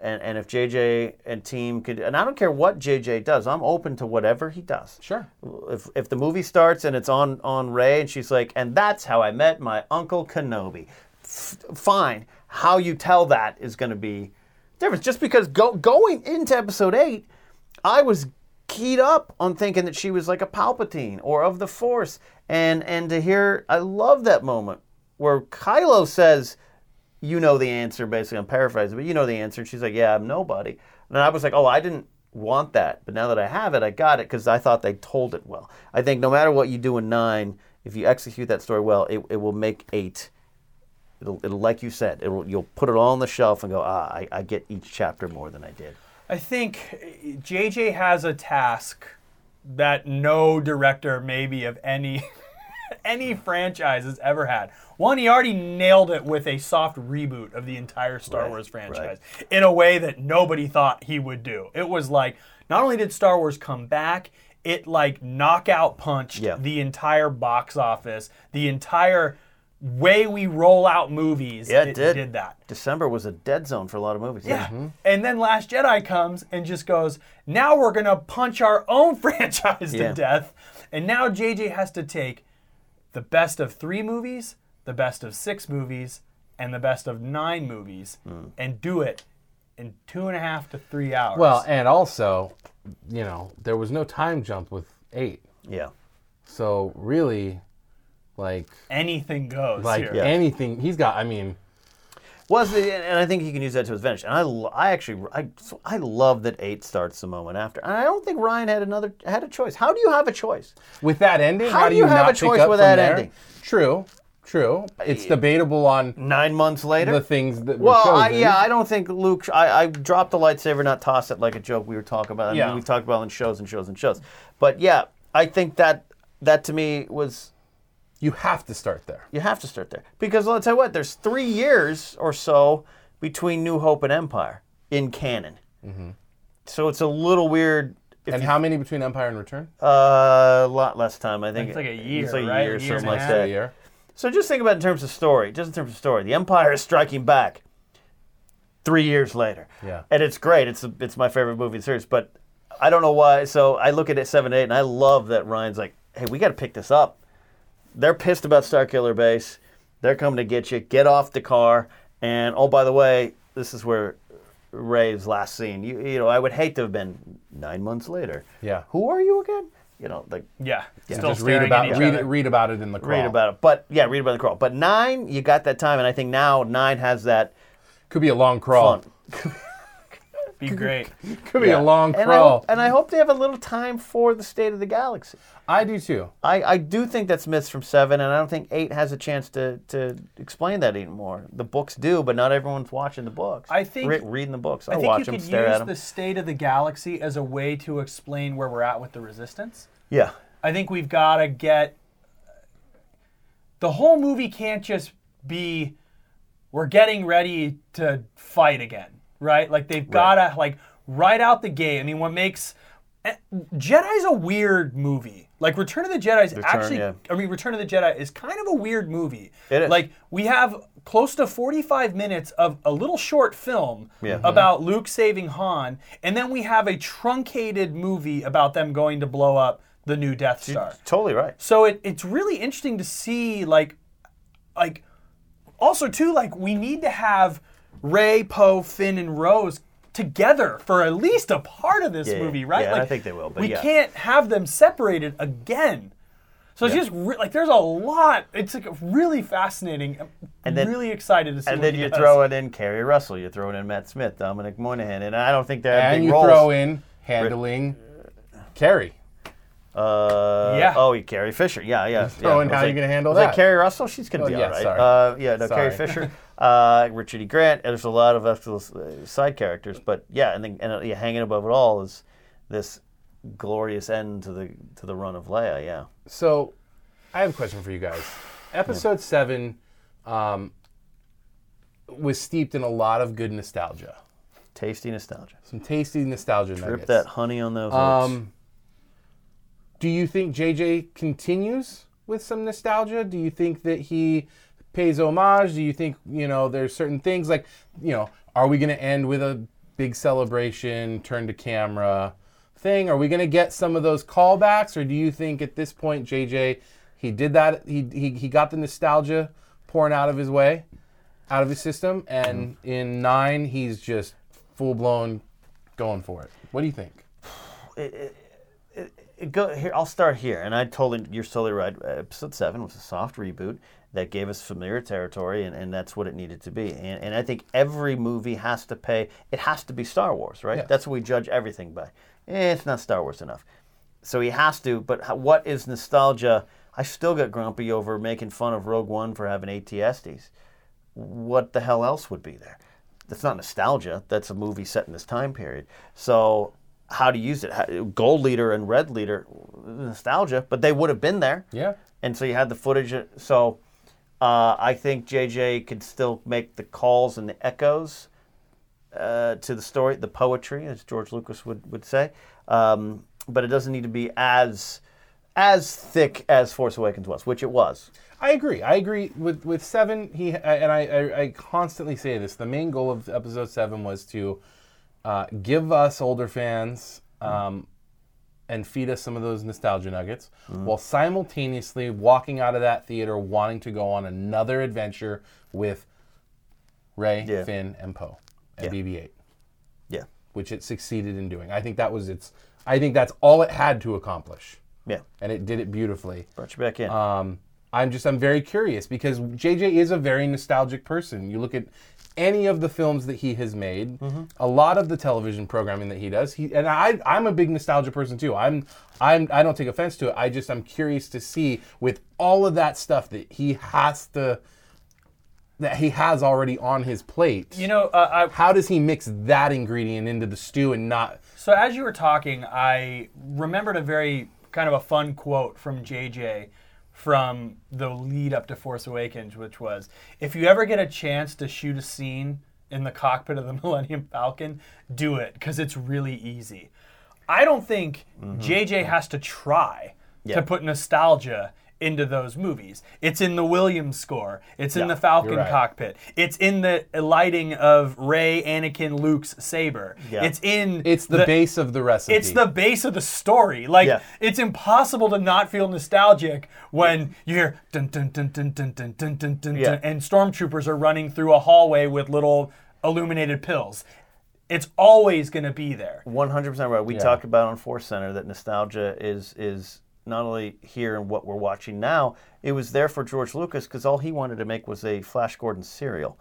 D: And, and if JJ and team could, and I don't care what JJ does, I'm open to whatever he does.
C: Sure.
D: If, if the movie starts and it's on on Ray and she's like, and that's how I met my uncle Kenobi. F- fine. How you tell that is going to be different. Just because go, going into episode eight, I was keyed up on thinking that she was like a Palpatine or of the Force, and and to hear, I love that moment where Kylo says, "You know the answer." Basically, I'm paraphrasing, but you know the answer. And she's like, "Yeah, I'm nobody." And I was like, "Oh, I didn't." Want that, but now that I have it, I got it because I thought they told it well. I think no matter what you do in nine, if you execute that story well, it, it will make eight It'll, it'll like you said, it'll, you'll put it all on the shelf and go, ah, I, I get each chapter more than I did.
A: I think uh, JJ has a task that no director, maybe of any <laughs> any franchise, has ever had. One, he already nailed it with a soft reboot of the entire Star Wars franchise in a way that nobody thought he would do. It was like not only did Star Wars come back, it like knockout punched
D: Yeah.
A: the entire box office, the entire way we roll out movies.
D: Yeah, it did.
A: did that.
D: December was a dead zone for a lot of movies.
A: Yeah. And then Last Jedi comes and just goes, now we're going to punch our own <laughs> franchise
D: Yeah.
A: to death. And now JJ has to take the best of three movies, the best of six movies, and the best of nine movies and do it in two and a half to three hours.
C: well, and also, you know, there was no time jump with eight,
D: Yeah.
C: so really, like,
A: anything goes
C: like
A: here.
C: anything he's got. I mean,
D: Was the, and and I think he can use that to his advantage. And I, lo- I actually, I, so I love that eight starts the moment after. And I don't think Ryan had another, had a choice. How do you have a choice?
C: with that ending,
D: How
C: how,
D: do you have
C: not
D: a
C: pick
D: choice
C: up
D: with
C: from
D: that
C: there?
D: ending?
C: True, true. It's debatable on
D: Nine months later?
C: the things that were
D: Well, I,
C: chosen.
D: yeah, I don't think Luke. I, I dropped the lightsaber, not toss it like a joke. We were talking about. I mean,
C: Yeah.
D: we've talked about it in shows and shows and shows. But yeah, I think that that to me was
C: you have to start there.
D: you have to start there because I'll tell you what. There's three years or so between New Hope and Empire in canon. So it's a little weird. If
C: Mm-hmm. And
D: you-
C: how many between Empire and Return?
D: uh, a lot less time, I think.
A: It's like a
D: It's
A: year,
D: like a
A: right?
D: year,
A: A
D: or
A: year
D: something
A: and a
D: like
A: half.
D: that.
C: a year.
D: So just think about it in terms of story, just in terms of story. The Empire is striking back three years later.
C: Yeah.
D: And it's great. It's it's my favorite movie in the series, but I don't know why. So I look at it 7 8, and I love that Ryan's like, hey, we got to pick this up. They're pissed about Starkiller Base. They're coming to get you. Get off the car. And oh, by the way, this is where Ray's last scene. You, you know, I would hate to have been nine months later.
C: Yeah.
D: Who are you again? You know, like
A: yeah. Still
C: Just read
A: staring at
C: about
A: each
C: read,
A: other.
C: it- read about it in the crawl.
D: read about it. But yeah, read about the crawl. But nine, you got that time, and I think now nine has that
C: Could be a long crawl.
D: fun.
A: Be great.
C: Could be a long
D: And I, hope,
C: crawl.
D: and I hope they have a little time for the state of the galaxy.
C: I do too.
D: I, I do think that's myths from seven, and I don't think eight has a chance to, to explain that anymore. The books do, but not everyone's watching the books.
A: I think-
D: Re- reading the books.
A: I
D: I,
A: think
D: watch
A: you
D: them,
A: could
D: stare
A: use
D: at them.
A: the state of the galaxy as a way to explain where we're at with the resistance.
D: Yeah,
A: I think we've got to get the whole movie can't just be we're getting ready to fight again, right? Like they've got to like right out the gate. I mean, what makes eh, Jedi's a weird movie. Like Return of the Jedi is actually
D: yeah.
A: I mean Return of the Jedi is kind of a weird movie.
D: It is.
A: Like we have close to 45 minutes of a little short film
D: Yeah.
A: about Luke saving Han, and then we have a truncated movie about them going to blow up the new Death Star.
D: totally right.
A: So it, it's really interesting to see like like also too like we need to have Ray, Poe, Finn, and Rose together for at least a part of this
D: Yeah, yeah.
A: movie, right?
D: Yeah, and
A: like,
D: I think they will, but
A: we
D: yeah.
A: can't have them separated again. So it's just re- like there's a lot. It's like really fascinating. I'm
D: And then-
A: really excited to see.
D: And
A: what
D: then
A: he
D: you're
A: does.
D: throwing in Carrie Russell, you're throwing in Matt Smith, Dominic Moynihan, and I don't think they have
C: And
D: big
C: you
D: roles.
C: throw in handling carry.
D: Uh,
A: Yeah.
D: Oh, you Carrie Fisher. Yeah, yeah.
C: Throw
D: yeah.
C: in
D: Was
C: how you
D: it-
C: gonna handle
D: was it
C: that.
D: Carrie Russell? She's going to
C: Oh,
D: be
C: yeah,
D: all right.
C: sorry.
D: Uh, yeah, no, Carrie
C: Sorry.
D: Fisher, <laughs> uh, Richard E. Grant. and There's a lot of us- uh, side characters, but yeah, and then and, uh, yeah, hanging above it all is this glorious end to the to the run of Leia. Yeah.
C: So, I have a question for you guys. Episode seven um, was steeped in a lot of good nostalgia,
D: Tasty nostalgia.
C: some tasty nostalgia
D: Rip
C: nuggets.
D: that honey on those lips.
C: Um, do you think JJ continues with some nostalgia? Do you think that he pays homage? Do you think you know there's certain things like you know are we going to end with a big celebration, turn to camera thing? Are we going to get some of those callbacks, or do you think at this point JJ he did that he he, he got the nostalgia pouring out of his way, out of his system, and in nine he's just full blown going for it. What do you think?
D: it go here. I'll start here, and I totally you're totally right. Episode seven was a soft reboot that gave us familiar territory, and, and that's what it needed to be. And, and I think every movie has to pay. It has to be Star Wars, right? That's what we judge everything by. Eh, it's not Star Wars enough, so he has to. But how, what is nostalgia? I still get grumpy over making fun of Rogue One for having ATSDs what the hell else would be there? That's not nostalgia. That's a movie set in this time period. So how to use it? How, Gold Leader and Red Leader, nostalgia, but they would have been there.
C: Yeah.
D: And so you had the footage. So uh, I think JJ could still make the calls and the echoes uh, to the story, the poetry, as George Lucas would would say. Um, but it doesn't need to be as as thick as Force Awakens was, which it was.
C: I agree. I agree with with seven. He and I, I, I constantly say this. The main goal of episode seven was to uh, give us older fans
D: Mm-hmm.
C: um, and feed us some of those nostalgia nuggets,
D: Mm-hmm.
C: while simultaneously walking out of that theater wanting to go on another adventure with Ray,
D: Yeah.
C: Finn, and Poe and
D: Yeah.
C: BB-8,
D: Yeah.
C: which it succeeded in doing. I think that was its. I think that's all it had to accomplish,
D: Yeah.
C: and it did it beautifully.
D: Brought you back in.
C: Um, I'm just I'm very curious because JJ is a very nostalgic person. You look at any of the films that he has made,
A: Mm-hmm.
C: a lot of the television programming that he does. He and I I'm a big nostalgia person too. I'm I'm I don't take offense to it. I just I'm curious to see with all of that stuff that he has to that he has already on his plate.
A: You know, uh, I,
C: how does he mix that ingredient into the stew and not
A: So as you were talking, I remembered a very kind of a fun quote from JJ from the lead up to Force Awakens, which was, "If you ever get a chance to shoot a scene in the cockpit of the <laughs> Millennium Falcon, do it because it's really easy." I don't think JJ has to try to put nostalgia into those movies. It's in the Williams score. It's in the Falcon
C: right.
A: cockpit. It's in the lighting of Ray, Anakin, Luke's saber.
D: Yeah.
A: It's in
C: it's the, base of the recipe.
A: it's the base of the story. Like
D: Yeah.
A: it's impossible to not feel nostalgic when you hear dun dun dun dun dun dun dun dun dun,
D: Yeah.
A: dun and stormtroopers are running through a hallway with little illuminated pills. It's always going to be there.
D: One hundred percent right. We talked about on Force Center that nostalgia is is not only here in what we're watching now. It was there for George Lucas because all he wanted to make was a Flash Gordon serial.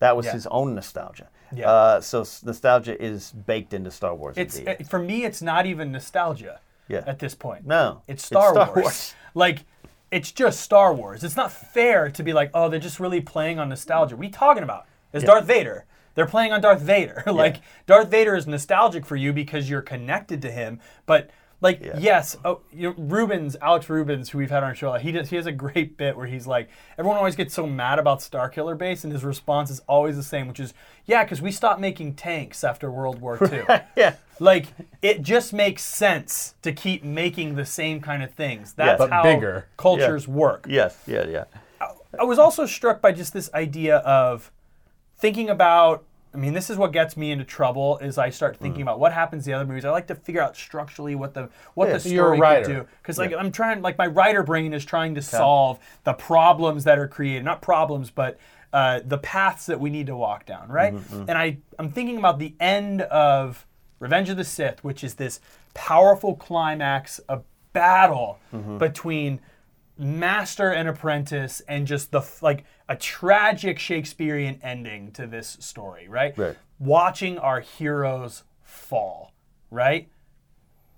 D: That was his own nostalgia.
A: Yeah.
D: Uh, so s- nostalgia is baked into Star Wars.
A: It's
D: indeed.
A: uh, for me. It's not even nostalgia.
D: Yeah.
A: At this point.
D: No,
A: It's
D: it's
A: Star,
D: Star
A: Wars.
D: Wars.
A: <laughs> Like, it's just Star Wars. It's not fair to be like, oh, they're just really playing on nostalgia. What are you talking about? It's Darth Vader. They're playing on Darth Vader. <laughs> like, Darth Vader is nostalgic for you because you're connected to him, but. Like yes, oh, you know, Rubens, Alex Rubens, who we've had on our show, he does, he has a great <laughs> bit where he's like, everyone always gets so mad about Star Killer Base, and his response is always the same, which is, yeah, because we stopped making tanks after World War
D: <laughs>
A: II.
D: yeah.
A: Like it just makes sense to keep making the same kind of things. That's
D: But
A: how
C: bigger.
A: cultures work.
D: Yes. Yeah. Yeah.
A: I was also struck by just this idea of thinking about I mean, this is what gets me into trouble is I start
C: Mm.
A: thinking about what happens in the other movies. I like to figure out structurally what the what the
C: you're
A: story
C: a
A: could
C: writer.
A: do. Because like I'm trying like my writer brain is trying to solve the problems that are created. Not problems, but uh, the paths that we need to walk down, right? And I, I'm thinking about the end of Revenge of the Sith, which is this powerful climax, a battle between master and apprentice and just the f- like a tragic shakespearean ending to this story right
D: Right.
A: watching our heroes fall right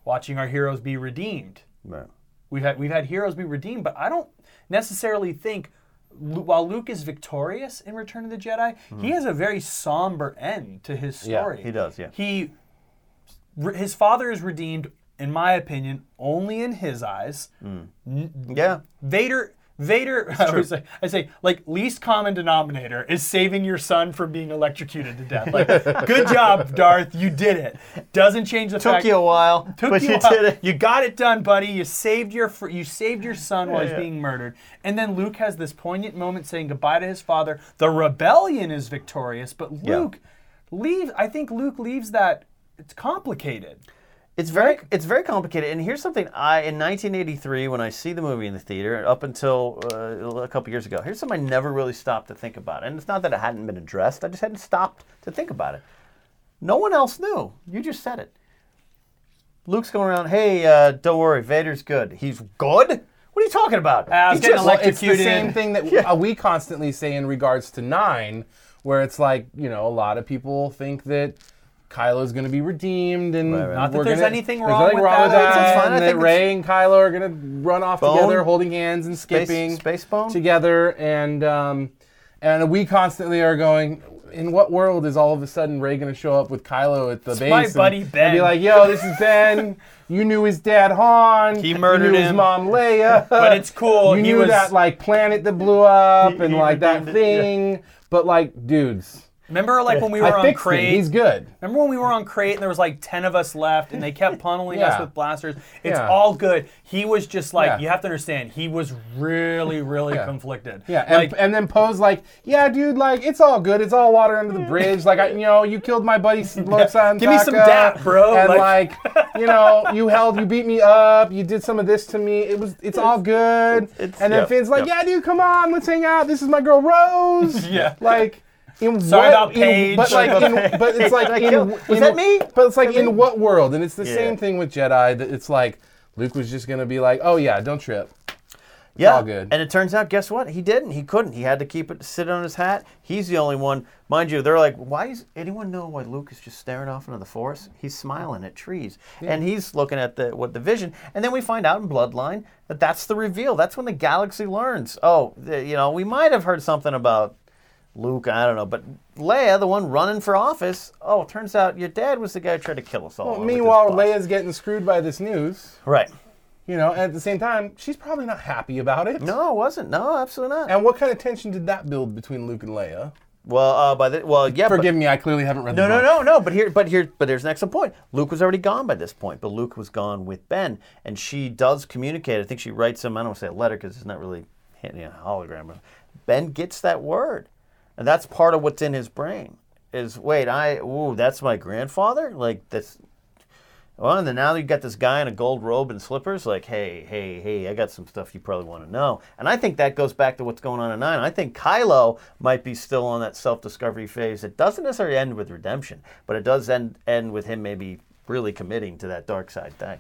A: watching our heroes be redeemed
D: Right.
A: We've had we've had heroes be redeemed, but I don't necessarily think Lu- while Luke is victorious in Return of the Jedi, he has a very somber end to his story.
D: he does, Hmm. yeah.
A: He re- his father is redeemed in my opinion only in his eyes.
D: Hmm. Yeah.
A: Vader Vader, <laughs> I, always say, I say, like least common denominator is saving your son from being electrocuted to death.
D: <laughs>
A: Like, good job, Darth, you did it. Doesn't change the
D: Took
A: fact
D: you a while,
A: took
D: but
A: you,
D: you
A: out.
D: did it.
A: You got it done, buddy. You saved your fr- you saved your son while he's
D: Yeah.
A: being murdered. And then Luke has this poignant moment saying goodbye to his father. The rebellion is victorious, but
D: Yeah.
A: Luke leaves. I think Luke leaves that. It's complicated.
D: It's very it's very complicated. And here's something I in 1983 when I see the movie in the theater up until uh, a couple years ago. Here's something I never really stopped to think about. And it's not that it hadn't been addressed. I just hadn't stopped to think about it. No one else knew. You just said it. Luke's going around. Hey, uh, don't worry, Vader's good. He's good. What are you talking about?
A: I was
D: He
A: getting
D: just-
A: elect-
C: it's the
A: Executed.
C: same thing that uh, we constantly say in regards to nine, where it's like you know a lot of people think that Kylo's going to be redeemed, and
D: Right, right.
A: Not that
C: we're
A: there's
C: gonna-
A: anything
C: there's
A: wrong
C: nothing
A: with
C: wrong
A: that.
D: It's- it's fine.
C: and
D: I
C: that
D: think it's-
C: Ray and Kylo are going to run off
D: Bone?
C: together, holding hands and skipping
D: space bone?
C: together, and um, and we constantly are going. In what world is all of a sudden Ray going to show up with Kylo at the base
A: my
C: and-
A: buddy
C: and be
A: Ben.
C: like, "Yo, this is
A: <laughs>
C: Ben. you knew his dad Han. He you
A: murdered
C: knew his
A: him.
C: mom
A: <laughs>
C: Leia.
A: But it's cool.
C: Uh, You
A: He
C: knew
A: was-
C: that like planet that blew
A: <laughs>
C: up
D: He-
C: and
D: he
C: like that
D: redeemed it, yeah.
C: thing. But like, dudes,
A: Remember, like when we were
C: I
A: on
C: fixed him.
A: Crate.
C: He's good.
A: Remember when we were on crate and there was like ten of us left, and they
C: <laughs>
A: kept punneling us
C: Yeah.
A: with blasters. It's
C: Yeah.
A: all good. He was just like
C: Yeah.
A: you have to understand. He was really, really
C: Yeah.
A: conflicted.
C: Yeah, and,
A: Like-
C: and then Poe's like, yeah, dude, like it's all good. It's all water under the bridge. Like, I, you know, you killed my buddy Losan.
A: Give me some dap, bro.
C: And like,
A: Like-
C: you know, you held, you beat me up. You did some of this to me. It was, it's, all good.
D: it's-
C: and then
D: yeah,
C: Finn's like,
D: yeah.
C: yeah, dude, come on, let's hang out. This is my girl Rose.
A: Yeah.
C: like. In
A: Sorry
C: what,
A: about
C: in-
A: Paige.
C: but like,
D: Sorry
C: in,
D: about
C: but it's like,
D: Paige.
C: in,
D: Was
C: in-
D: that me?
C: But it's like, in what world? And it's the same thing with Jedi. That it's like Luke was just gonna be like, oh yeah, don't trip.
D: Yeah,
C: all good.
D: and it turns out, guess what? He didn't. He couldn't. He had to keep it sit on his hat. He's the only one, mind you. They're like, why does anyone know why Luke is just staring off into the forest? He's smiling at trees, and he's looking at the what the vision. And then we find out in Bloodline that that's the reveal. That's when the galaxy learns. Oh, the, you know, we might have heard something about Luke. I don't know, but Leia, the one running for office. Oh, it turns out your dad was the guy who tried to kill us all.
C: Well,
D: with his
C: meanwhile,
D: boss.
C: Leia's getting screwed by this news.
D: right?
C: You know, and at the same time, she's probably not happy about it.
D: No, it wasn't. No, absolutely not.
C: And what kind of tension did that build between Luke and Leia?
D: well, uh, by the well, yeah, but-
C: Forgive me, I clearly haven't read
D: No,
C: the
D: no,
C: book.
D: no, no. But here, but here, but there's an excellent point. Luke was already gone by this point, but Luke was gone with Ben, and she does communicate. I think she writes him. I don't want to say a letter because it's not really hitting a hologram. But ben gets that word, and that's part of what's in his brain. Is wait, I ooh, that's my grandfather. Like that's. Well, and then now you got this guy in a gold robe and slippers. Like, hey, hey, hey, I got some stuff you probably want to know. And I think that goes back to what's going on in nine. I think Kylo might be still on that self-discovery phase. It doesn't necessarily end with redemption, but it does end end with him maybe really committing to that dark side thing.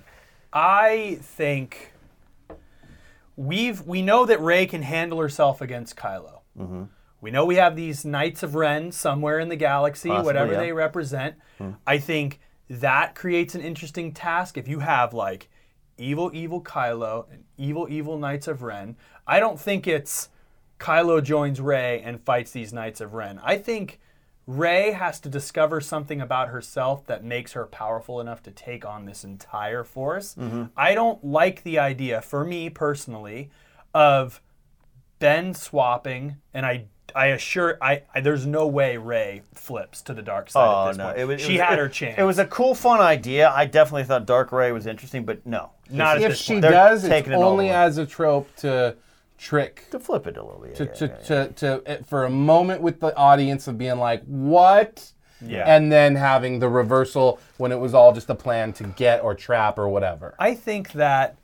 A: I think we've we know that Ray can handle herself against Kylo. We know we have these Knights of Ren somewhere in the galaxy,
D: Possibly,
A: whatever
D: yeah. Hmm.
A: they represent. I think that creates an interesting task if you have like evil, evil Kylo and evil, evil Knights of Ren. I don't think it's Kylo joins Rey and fights these Knights of Ren. I think Rey has to discover something about herself that makes her powerful enough to take on this entire force.
D: Mm-hmm.
A: I don't like the idea, for me personally, of Ben swapping, and I I assure I, I there's no way Ray flips to the dark side
D: Oh
A: at this
D: no!
A: point.
D: It was, it
A: she
D: was-
A: had
D: it-
A: her chance.
D: It was a cool, fun idea. I definitely thought Dark Ray was interesting, but no,
A: not at
C: if
A: this
C: she
A: point.
D: They're
C: does, it's
D: taking it all
C: only
D: away.
C: as a trope to trick
D: to flip it a little bit.
C: to,
D: yeah,
C: to,
D: yeah,
C: to, to, eh, for a moment with the audience of being like, what?
D: Yeah.
C: And then having the reversal when it was all just a plan to get or trap or whatever.
A: I think that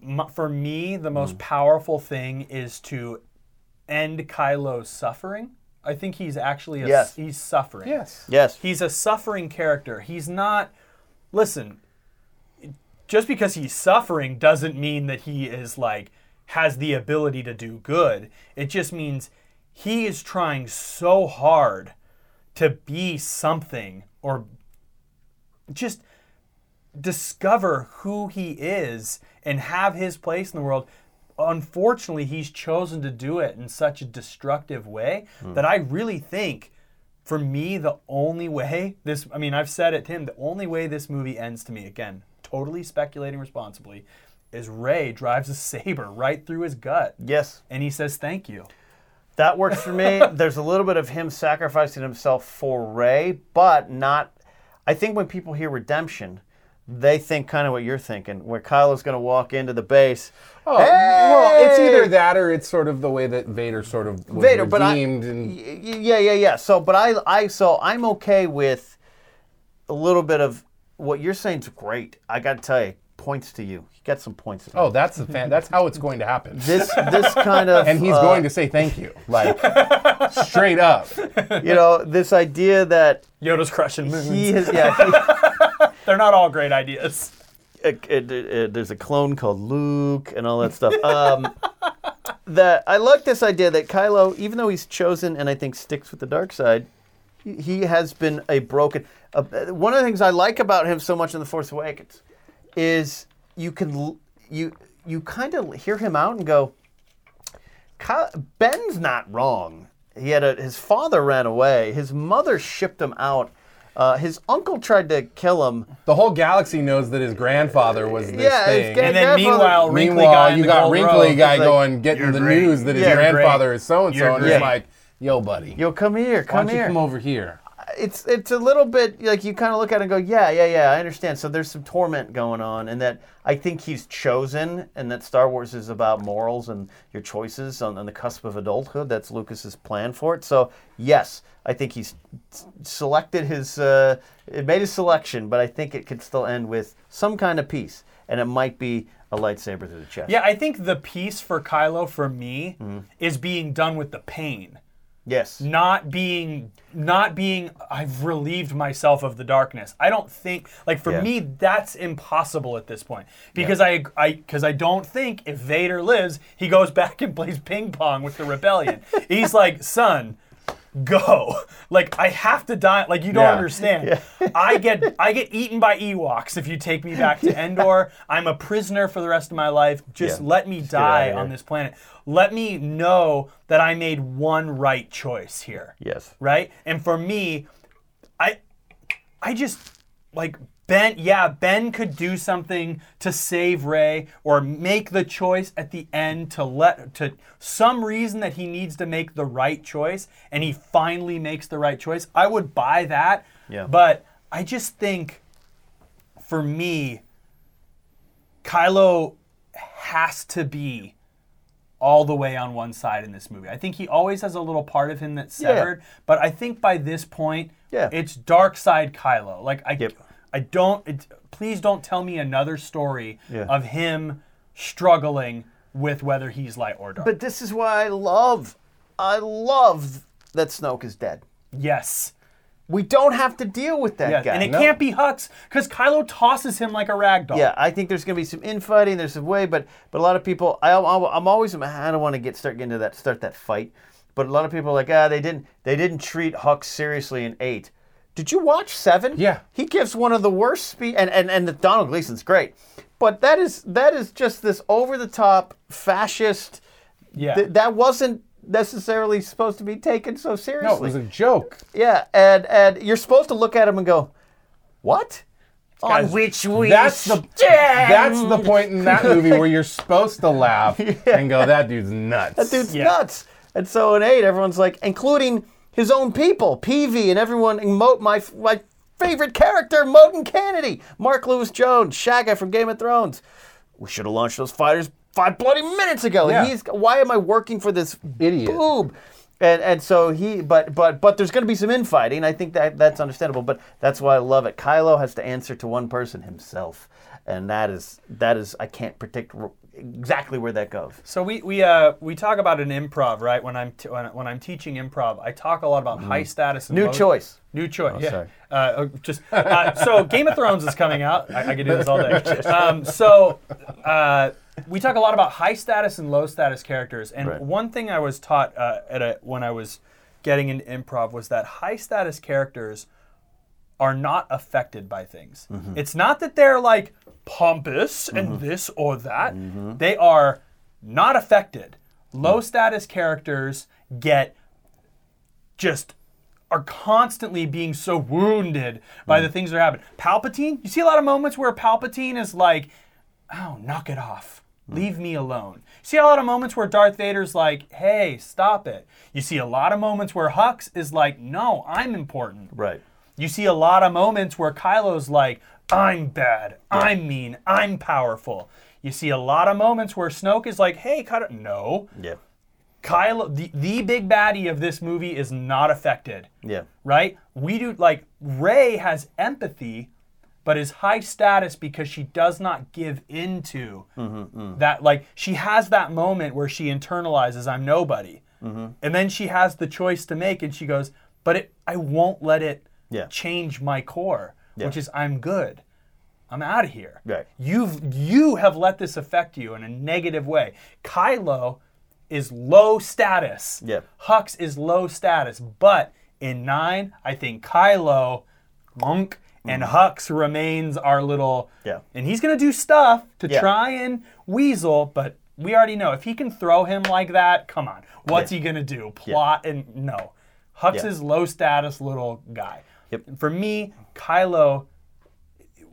A: m- for me, the
D: Mm.
A: most powerful thing is to end Kylo's suffering. I think he's actually a,
D: Yes.
A: he's suffering.
C: Yes.
D: Yes.
A: He's a suffering character. He's not. Listen, just because he's suffering doesn't mean that he is like has the ability to do good. It just means he is trying so hard to be something or just discover who he is and have his place in the world. Unfortunately, he's chosen to do it in such a destructive way
C: Hmm.
A: that I really think, for me, the only way this, I mean, I've said it to him, the only way this movie ends to me, again, totally speculating responsibly, is Ray drives a saber right through his gut.
D: yes.
A: And he says, Thank you.
D: That works
C: <laughs>
D: for me. There's a little bit of him sacrificing himself for Ray, but not. I think when people hear redemption, they think kind of what you're thinking, where Kylo's going to walk into the base.
C: Oh, well, it's either that or it's sort of the way that Vader sort of was
D: Vader,
C: redeemed
D: but I,
C: and
D: y- y- yeah, yeah, yeah. So, but I, I, so I'm okay with a little bit of what you're saying's great. I got to tell you, points to you. You got some points.
C: oh, that's the fan. That's how it's going to happen.
D: this,
C: <laughs>
D: this kind of,
C: and he's
D: uh,
C: going to say thank you, like straight up.
D: you know, this idea that
C: <laughs>
A: Yoda's crushing moons.
D: he has, yeah. he-
A: They're not all great ideas.
D: uh, uh, uh, there's a clone called Luke and all that stuff.
C: <laughs>
D: Um, that I like this idea that Kylo, even though he's chosen and I think sticks with the dark side, he- he has been a broken. Uh, uh, one of the things I like about him so much in the Force Awakens is you can l- you you kind of hear him out and go, Ky- Ben's not wrong. He had a, his father ran away. His mother shipped him out. Uh, his uncle tried to kill him.
C: The whole galaxy knows that his grandfather was this
D: Yeah, his
C: thing.
D: grand-
A: And then
D: Grandfather-
A: meanwhile, Wrinkly guy
C: Meanwhile,
A: in
C: you
A: the
C: got
A: gold
C: wrinkly
A: robe
C: guy
D: It's like,
C: going getting
G: "You're
C: the
G: great.
C: news that his
A: Yeah, you're
C: grandfather
A: great.
C: is so and so,
A: You're
C: and it's
A: great.
C: like, yo, buddy,
D: Yo, come here,
C: why
D: come
C: don't you
D: here.
C: come over here?
D: it's it's a little bit like you kind of look at it and go, yeah, yeah, yeah, I understand. So there's some torment going on, and that I think he's chosen, and that Star Wars is about morals and your choices on, on the cusp of adulthood. That's Lucas's plan for it. So yes, I think he's s- selected his, uh, it made his selection, but I think it could still end with some kind of peace, and it might be a lightsaber through the chest.
A: Yeah, I think the piece for Kylo for me is being done with the pain,
D: Yes.
A: not being not being I've relieved myself of the darkness. I don't think like for
D: Yeah.
A: me that's impossible at this point because I I cuz I don't think if Vader lives, he goes back and plays ping pong with the
D: <laughs>
A: rebellion. He's like, "Son, go. Like I have to die. Like you don't
C: Yeah.
A: understand. <laughs> I get I get eaten by Ewoks if you take me back
D: <laughs>
A: to Endor. I'm a prisoner for the rest of my life. Just
D: Yeah.
A: let me
D: get outta
A: die
D: here.
A: on this planet. Let me know that I made one right choice here.
D: Yes.
A: Right? And for me, I I just like Ben, yeah, Ben could do something to save Ray or make the choice at the end to let to some reason that he needs to make the right choice and he finally makes the right choice. I would buy that.
D: Yeah.
A: But I just think for me Kylo has to be all the way on one side in this movie. I think he always has a little part of him that's
D: Yeah.
A: severed, but I think by this point,
D: Yeah.
A: it's dark side Kylo. Like I,
D: Yep.
A: I don't. It, please don't tell me another story
D: Yeah.
A: of him struggling with whether he's light or dark.
D: But this is why I love, I love that Snoke is dead.
A: yes,
D: We don't have to deal with that
A: Yeah,
D: guy.
A: and it can't be Hux because Kylo tosses him like a rag doll.
D: Yeah, I think there's going to be some infighting. There's some way, but but a lot of people, I, I, I'm always, I don't want to get start getting to that start that fight. But a lot of people are like, ah, they didn't they didn't treat Hux seriously in eight. Did you watch seven?
C: Yeah.
D: he gives one of the worst speech, and and and the Donald Gleason's great, but that is that is just this over the top fascist.
A: Yeah.
D: th- that wasn't necessarily supposed to be taken so seriously.
C: No, it was a joke.
D: Yeah, and and you're supposed to look at him and go, "What?" On
A: Guys,
D: which we
C: That's the
D: stand.
C: that's the point in that movie where you're supposed to
D: <laughs>
C: laugh and go, "That dude's nuts."
D: that dude's
A: Yeah.
D: nuts. And so in eight, everyone's like, including his own people, PV, and everyone. And Mo- my my favorite character, Moten Kennedy, Mark Lewis Jones, Shagga from Game of Thrones. We should have launched those fighters five bloody minutes ago.
C: Yeah.
D: He's why am I working for this
C: Idiot.
D: boob? And, and so he, but but but there's going to be some infighting. I think that that's understandable, but that's why I love it. Kylo has to answer to one person himself, and that is that is I can't predict r- exactly where that goes.
A: So we we uh, we talk about an improv, right? When I'm t- when, when I'm teaching improv, I talk a lot about high status. And
D: Mm-hmm. New
A: low-
D: choice.
A: New choice. yeah.
D: Oh, sorry.
A: Uh, Uh, just uh, so Game of Thrones is coming out. I, I could do this all day.
D: <laughs>
A: Um, so uh, we talk a lot about high status and low status characters, and
D: Right.
A: one thing I was taught uh, at a, when I was getting into improv was that high status characters are not affected by things.
D: Mm-hmm.
A: It's not that they're like pompous and this or that.
D: Mm-hmm.
A: They are not affected.
D: Mm.
A: Low status characters get just are constantly being so wounded by the things that are happening. Palpatine, you see a lot of moments where Palpatine is like, oh, knock it off. Leave me alone. You see a lot of moments where Darth Vader's like, hey, stop it. You see a lot of moments where Hux is like, no, I'm important.
D: Right.
A: You see a lot of moments where Kylo's like, I'm bad, I'm mean, I'm powerful. You see a lot of moments where Snoke is like, hey, Kylo, no.
D: Yeah.
A: Kylo, the, the big baddie of this movie is not affected.
D: Yeah.
A: Right? We do, like, Rey has empathy, but is high status because she does not give into
D: Mm-hmm, mm.
A: that. Like, she has that moment where she internalizes, I'm nobody.
D: Mm-hmm.
A: And then she has the choice to make, and she goes, But it, I won't let it
D: Yeah.
A: change my core, which is I'm good. I'm out of here.
D: Right.
A: You've you have let this affect you in a negative way. Kylo is low status.
D: Yeah.
A: Hux is low status, but in nine, I think Kylo, Monk, and Hux remains our little.
D: Mm. Yeah.
A: And he's gonna do stuff to
D: Yeah.
A: try and weasel, but we already know if he can throw him like that. Come on, what's
D: Yeah.
A: he gonna do? Plot and no, Hux
D: Yeah.
A: is low status little guy.
D: Yep.
A: For me, Kylo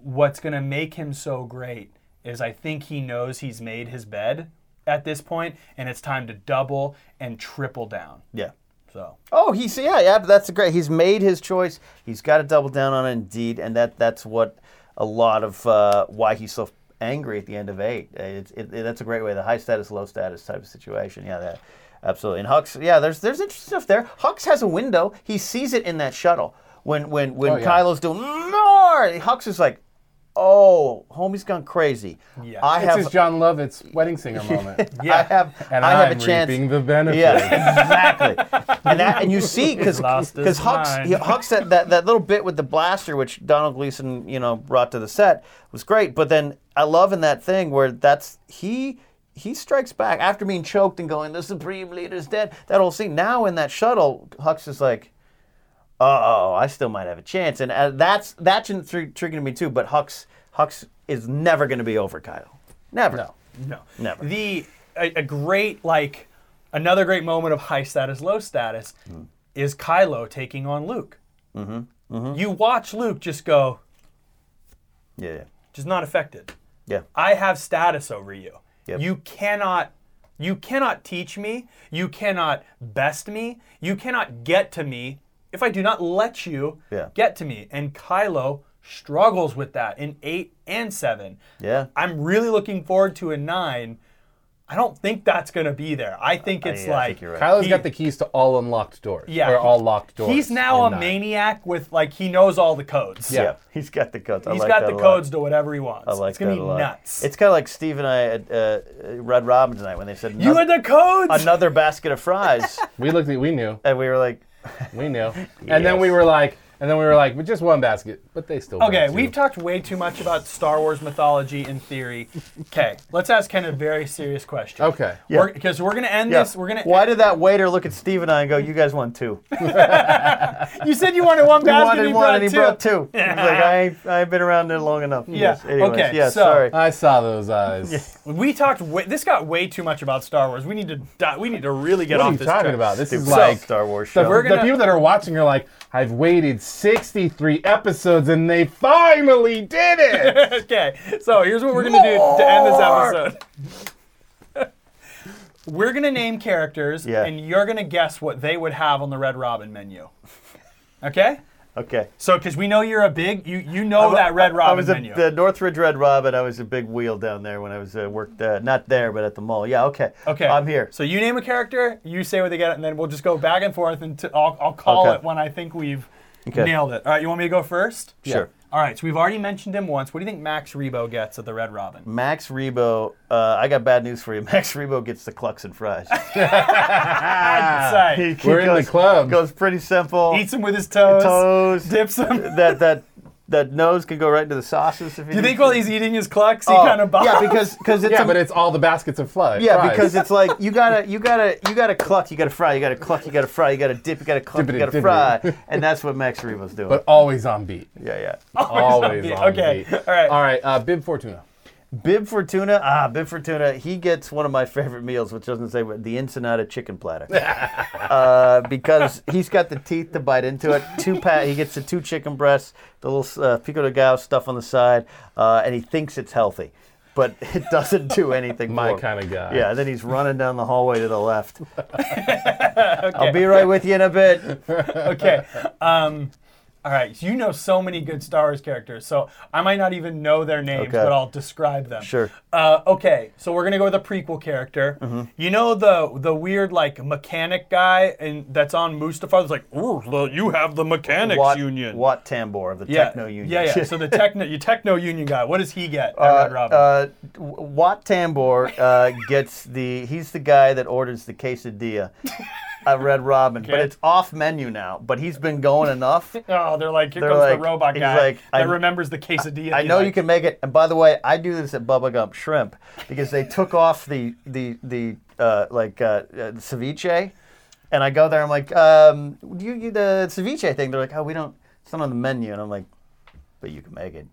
A: what's going to make him so great is I think he knows he's made his bed at this point, and it's time to double and triple down.
D: Yeah.
A: So
D: Oh, he's yeah, yeah. That's great. He's made his choice. He's got to double down on it, indeed, and that that's what a lot of uh, why he's so angry at the end of eight. Uh, It's it, it- that's a great way. The high status, low status type of situation. Yeah, that absolutely. And Hux, yeah, there's there's interesting stuff there. Hux has a window. He sees it in that shuttle when when when
C: Oh, yeah.
D: Kylo's doing more. Hux is like, oh, homie's gone crazy.
A: Yeah.
D: I
C: It's
D: have
C: his John Lovitz wedding
D: <laughs>
C: singer moment.
A: Yeah.
D: I have
C: And
D: I have
C: I'm
D: a chance.
C: reaping the benefits.
D: Yeah, exactly. and that, and you see because
A: Lost his
D: because Hux
A: mind.
D: he- Hux that, that that little bit with the blaster, which Donald Gleason you know brought to the set, was great. But then I love in that thing where that's he. He strikes back after being choked and going, "The supreme leader's dead." That whole scene. Now in that shuttle, Hux is like, oh, I still might have a chance. And uh, that's that's in- tr- triggering me too. But Hux Hux is never going to be over Kyle. Never. No.
A: no,
D: Never.
A: The a, a great like another great moment of high status, low status
D: Hmm.
A: is Kylo taking on Luke.
D: Mm-hmm.
A: You watch Luke just go,
D: Yeah. Yeah.
A: just not affected.
D: yeah.
A: I have status over you.
D: Yep.
A: You cannot you cannot teach me, you cannot best me, you cannot get to me if I do not let you
D: Yeah.
A: get to me. And Kylo struggles with that in 8 and 7.
D: Yeah.
A: I'm really looking forward to a 9. I don't think that's going to be there. I think it's
D: yeah, I
A: like
D: think you're right.
C: Kylo's
A: He-
C: got the keys to all unlocked doors.
A: Yeah.
C: Or all locked doors.
A: He's now
C: in
A: a
C: nine.
A: maniac with like he knows all the codes.
D: Yeah.
C: Yeah.
D: he's got the codes. I
A: He's
D: like
A: got
D: that
A: the
D: a lot.
A: codes to whatever he wants.
D: I like
A: it's gonna
D: that
A: be
D: a lot.
A: nuts.
D: It's kind of like Steve and I at uh, uh, Red Robin tonight when they said
A: you
D: "Anoth-
A: had the <laughs> codes. <laughs>
D: another basket of fries,
C: We looked at we knew.
D: and we were like,
C: We knew. And then we were like, And then we were like, but just one basket. But they still.
A: Okay,
C: brought two.
A: we've talked way too much about Star Wars mythology and theory. Okay, let's ask Ken a very serious question.
C: Okay.
A: Because we're, going to end
D: Yes.
A: this. We're going to.
D: Why did that waiter look at Steve and I and go, "You guys
A: <laughs>
D: won two. You
A: You said you
D: <laughs>
A: wanted one basket.
D: wanted
A: he
D: one,
A: brought
D: and he
A: two.
D: brought two. He's like, I, ain't- I ain't been around there long enough. Yes. Anyways,
A: Okay,
D: Yeah.
A: so- uh,
D: sorry.
C: I saw those eyes.
A: We talked. Way, this got way too much about Star Wars. We need to. Di- we need to really get
C: What
A: off
C: are you
A: this.
C: talking
A: track.
C: about? This is
D: Stupid
C: like
D: Star Wars
C: The,
D: show.
A: We're
C: the
A: gonna-
C: people that are watching are like, I've waited 63 episodes and they finally did
A: <laughs>
C: it.
A: <laughs> okay, so here's what we're gonna do to end this episode. <laughs> we're gonna name characters,
D: Yeah.
A: and you're gonna guess what they would have on the Red Robin menu. <laughs> Okay.
D: okay.
A: So, because we know you're a big, you you know
D: I'm a-
A: oh, that Red Robin
D: I was a,
A: menu.
D: the Northridge Red Robin. I was a big wheel down there when I was uh, worked uh, not there, but at the mall. Yeah, okay.
A: okay.
D: I'm here.
A: So you name a character, you say what they get, and then we'll just go back and forth, and t- I'll I'll call
D: Okay.
A: it when I think we've
D: Okay.
A: nailed it. All right, you want me to go first?
D: Sure.
A: All right, so we've already mentioned him once. What do you think Max Rebo gets at the Red Robin?
D: Max Rebo, uh, I got bad news for you. <laughs> Max Rebo gets the clucks and <laughs> fries.
A: I'd say.
D: He
C: We're in the club.
D: Goes pretty simple.
A: Eats him with his toes.
D: toes.
A: Dips him. <laughs>
D: that that that nose can go right into the sauces. If you
A: You
D: need
A: think
D: to.
A: while he's eating his clucks, he
D: Oh,
A: kind of bobs?
D: Yeah, because because it's
C: yeah,
D: a-
C: but it's all the baskets of fly.
D: yeah,
C: fries.
D: because it's like you gotta you gotta you gotta cluck, you gotta fry, you gotta cluck, you gotta fry, you gotta dip, you gotta cluck,
C: Dippity,
D: you gotta
C: dippity.
D: fry, and that's what Max Rebo's doing.
C: But always on beat.
D: yeah, yeah.
C: Always,
A: beat.
C: on
A: Okay,
C: beat.
A: all right.
C: All right. Uh, Bib Fortuna.
D: Bib Fortuna, ah, Bib Fortuna, he gets one of my favorite meals, which doesn't say what, the Ensenada
A: <laughs>
D: chicken platter. uh, because he's got the teeth to bite into it. Two pat, he gets the two chicken breasts, the little uh, pico de gallo stuff on the side, uh, and he thinks it's healthy, but <laughs> it doesn't do anything.
C: My
D: for him.
C: kinda guy.
D: Yeah, then he's running down the hallway to
A: <laughs>
D: the left. I'll be right with you in a bit.
A: <laughs> okay. Um, all right. So you know so many good Star Wars characters, so I might not even know their names,
D: Okay.
A: but I'll describe them.
D: Sure.
A: Uh, okay. So we're gonna go with a prequel character.
D: Mm-hmm.
A: You know the the weird like mechanic guy, and that's on Mustafar. That's like, ooh, well, you have the mechanics
D: Watt,
A: union.
D: Watt Tambor of the
A: yeah.
D: Techno Union.
A: Yeah,
D: <laughs>
A: yeah. So the techno, your techno union guy. What does he get? At Red Robin.
D: Uh, W- Watt
A: <laughs>
D: Tambor uh, gets the. He's the guy that orders the quesadilla at Red Robin, but
A: Okay.
D: it's off menu now. But he's been
A: <laughs>
D: going enough.
A: Oh, they're like, here
D: They're
A: comes
D: like-
A: the robot
D: he's
A: guy
D: like,
A: that
D: I-
A: remembers the quesadilla.
D: I
A: He's
D: know
A: like,
D: you can make it. And by the way, I do this at Bubba Gump Shrimp because they took off the the the uh, like uh, uh, ceviche, and I go there. I'm like, um, do you do the ceviche thing? They're like, oh, we don't. It's not on the menu, and I'm like, but you can make it.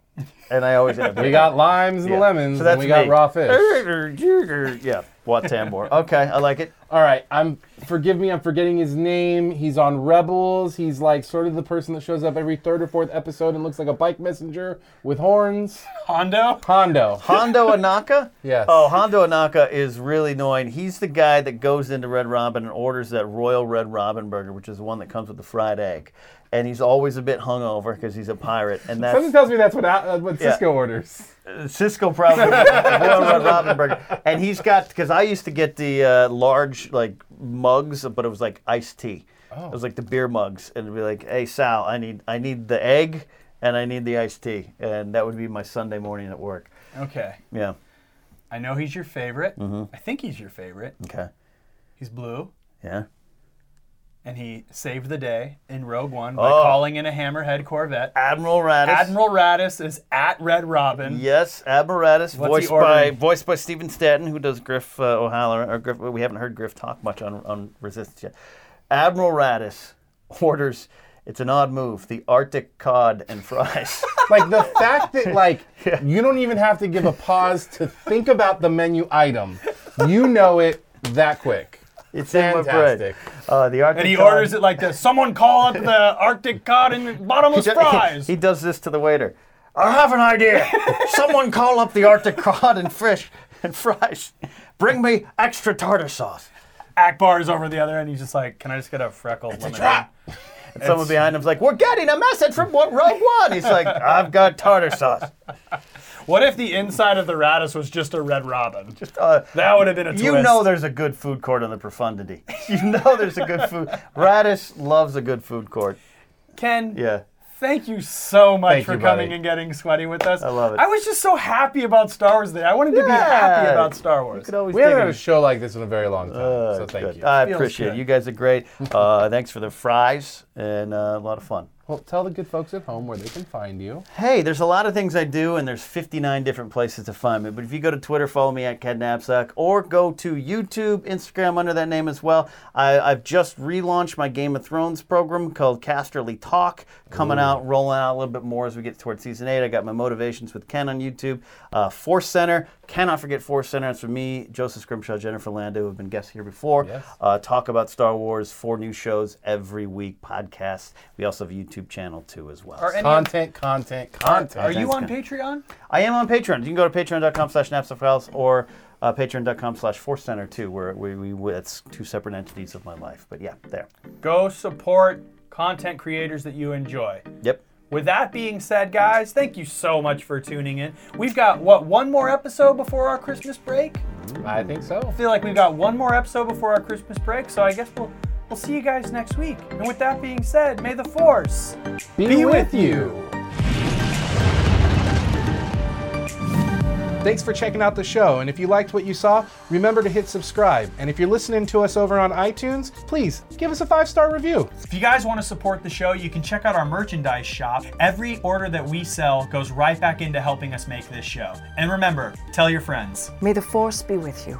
D: And I always end
C: <laughs>
D: up.
C: We got limes and
D: Yeah.
C: lemons,
D: So
C: and
D: that's
C: we got
D: me.
C: raw fish.
D: <laughs> yeah, Watt Tambor. Okay, I like it.
C: All right, I'm forgive me, I'm forgetting his name. He's on Rebels. He's like sort of the person that shows up every third or fourth episode and looks like a bike messenger with horns.
A: Hondo.
C: Hondo.
D: Hondo Anaka?
C: Yes.
D: Oh, Hondo Anaka is really annoying. He's the guy that goes into Red Robin and orders that Royal Red Robin burger, which is the one that comes with the fried egg. And he's always a bit hungover because he's a pirate. And
C: Something
D: that's
C: tells me that's what uh, what
D: Yeah.
C: Cisco orders.
D: Cisco probably Royal Red Robin burger. And he's got because I used to get the uh, large like mugs, but it was like iced tea. It was like the beer mugs, and it'd be like, "Hey Sal, I need I need the egg and I need the iced tea," and that would be my Sunday morning at work.
A: Okay.
D: Yeah.
A: I know he's your favorite.
D: Mm-hmm.
A: I think he's your favorite.
D: Okay.
A: He's blue,
D: Yeah.
A: and he saved the day in Rogue One by
D: Oh.
A: calling in a Hammerhead Corvette.
D: Admiral Radis.
A: Admiral Radis is at Red Robin.
D: Yes, Admiratus,
A: What's he
D: voiced by
A: ordering?
D: voiced by Stephen Stanton, who does Griff uh, O'Halloran. Or Griff, we haven't heard Griff talk much on, on Resistance yet. Admiral Radis <laughs> orders. It's an odd move. The Arctic cod and fries.
C: like the fact
D: <laughs>
C: that like you don't even have to give a pause to think about the menu item you know it that quick
D: it's in my bread.
C: Fantastic.
D: Uh, the Arctic.
A: And he
D: cod.
A: orders it like this. Someone call up the Arctic cod and bottomless
D: He do-
A: fries.
D: He, does <laughs> this to the waiter. I have an idea.
A: <laughs>
D: Someone call up the Arctic cod and fish and fries. Bring me extra tartar sauce.
A: Akbar is over the other end. He's just like, "Can I just get a freckled lemonade?"
D: And someone behind him's like, "We're getting a message from Rogue One."
C: <laughs>
D: He's like, "I've got tartar sauce."
A: What if the inside of the Radis was just a Red Robin?
D: Uh,
A: that would have been a twist.
D: you know there's a good food court on the profundity. You know there's a good
C: <laughs>
D: food. Radish loves a good food court.
A: Ken.
D: Yeah.
A: Thank you so much
C: Thank
A: for
C: you,
A: coming
C: buddy.
A: and getting sweaty with us. I
D: love it.
A: I was just so happy about Star Wars today. I wanted to be
D: Yeah.
A: happy about Star Wars.
D: Could always
C: we haven't
D: dig
C: had
D: in.
C: a show like this in a very long time
D: Uh,
C: so thank
D: good.
C: you
D: I
A: Feels
C: <laughs>
D: appreciate it.
A: good.
D: You guys are great. Uh, thanks for the fries and uh, a lot of fun.
C: Well, tell the good folks at home where they can find you.
D: Hey, there's a lot of things I do, and there's 59 different places to find me. But if you go to Twitter, follow me at Kednapsack, or go to YouTube, Instagram under that name as well. I, I've just relaunched my Game of Thrones program called Casterly Talk, coming out, rolling out a little bit more as we get towards season eight. I got my motivations with Ken on YouTube. Uh, Force Center, cannot forget Force Center. It's for me, Joseph Scrimshaw, Jennifer Lando, who have been guests here before.
E: Yes.
D: Uh, talk about Star Wars, four new shows every week, podcasts. We also have a YouTube channel too as well.
A: Are any
C: Content, content, content.
A: Are you on Patreon?
D: I am on Patreon. You can go to patreon.com slash napsoffiles or uh, patreon.com slash force center too, where we, we, we, it's two separate entities of my life. But yeah, there.
A: Go support content creators that you enjoy.
D: Yep.
A: With that being said, guys, thank you so much for tuning in. We've got what one more episode before our Christmas break.
C: I think so.
A: I feel like we've got one more episode before our Christmas break, so I guess we'll we'll see you guys next week. And with that being said, may the force.
C: Be,
A: with
C: you. Thanks for checking out the show. And if you liked what you saw, remember to hit subscribe. And if you're listening to us over on iTunes, please give us a five star review.
A: If you guys want to support the show, you can check out our merchandise shop. Every order that we sell goes right back into helping us make this show. And remember, tell your friends.
G: May the force be with you.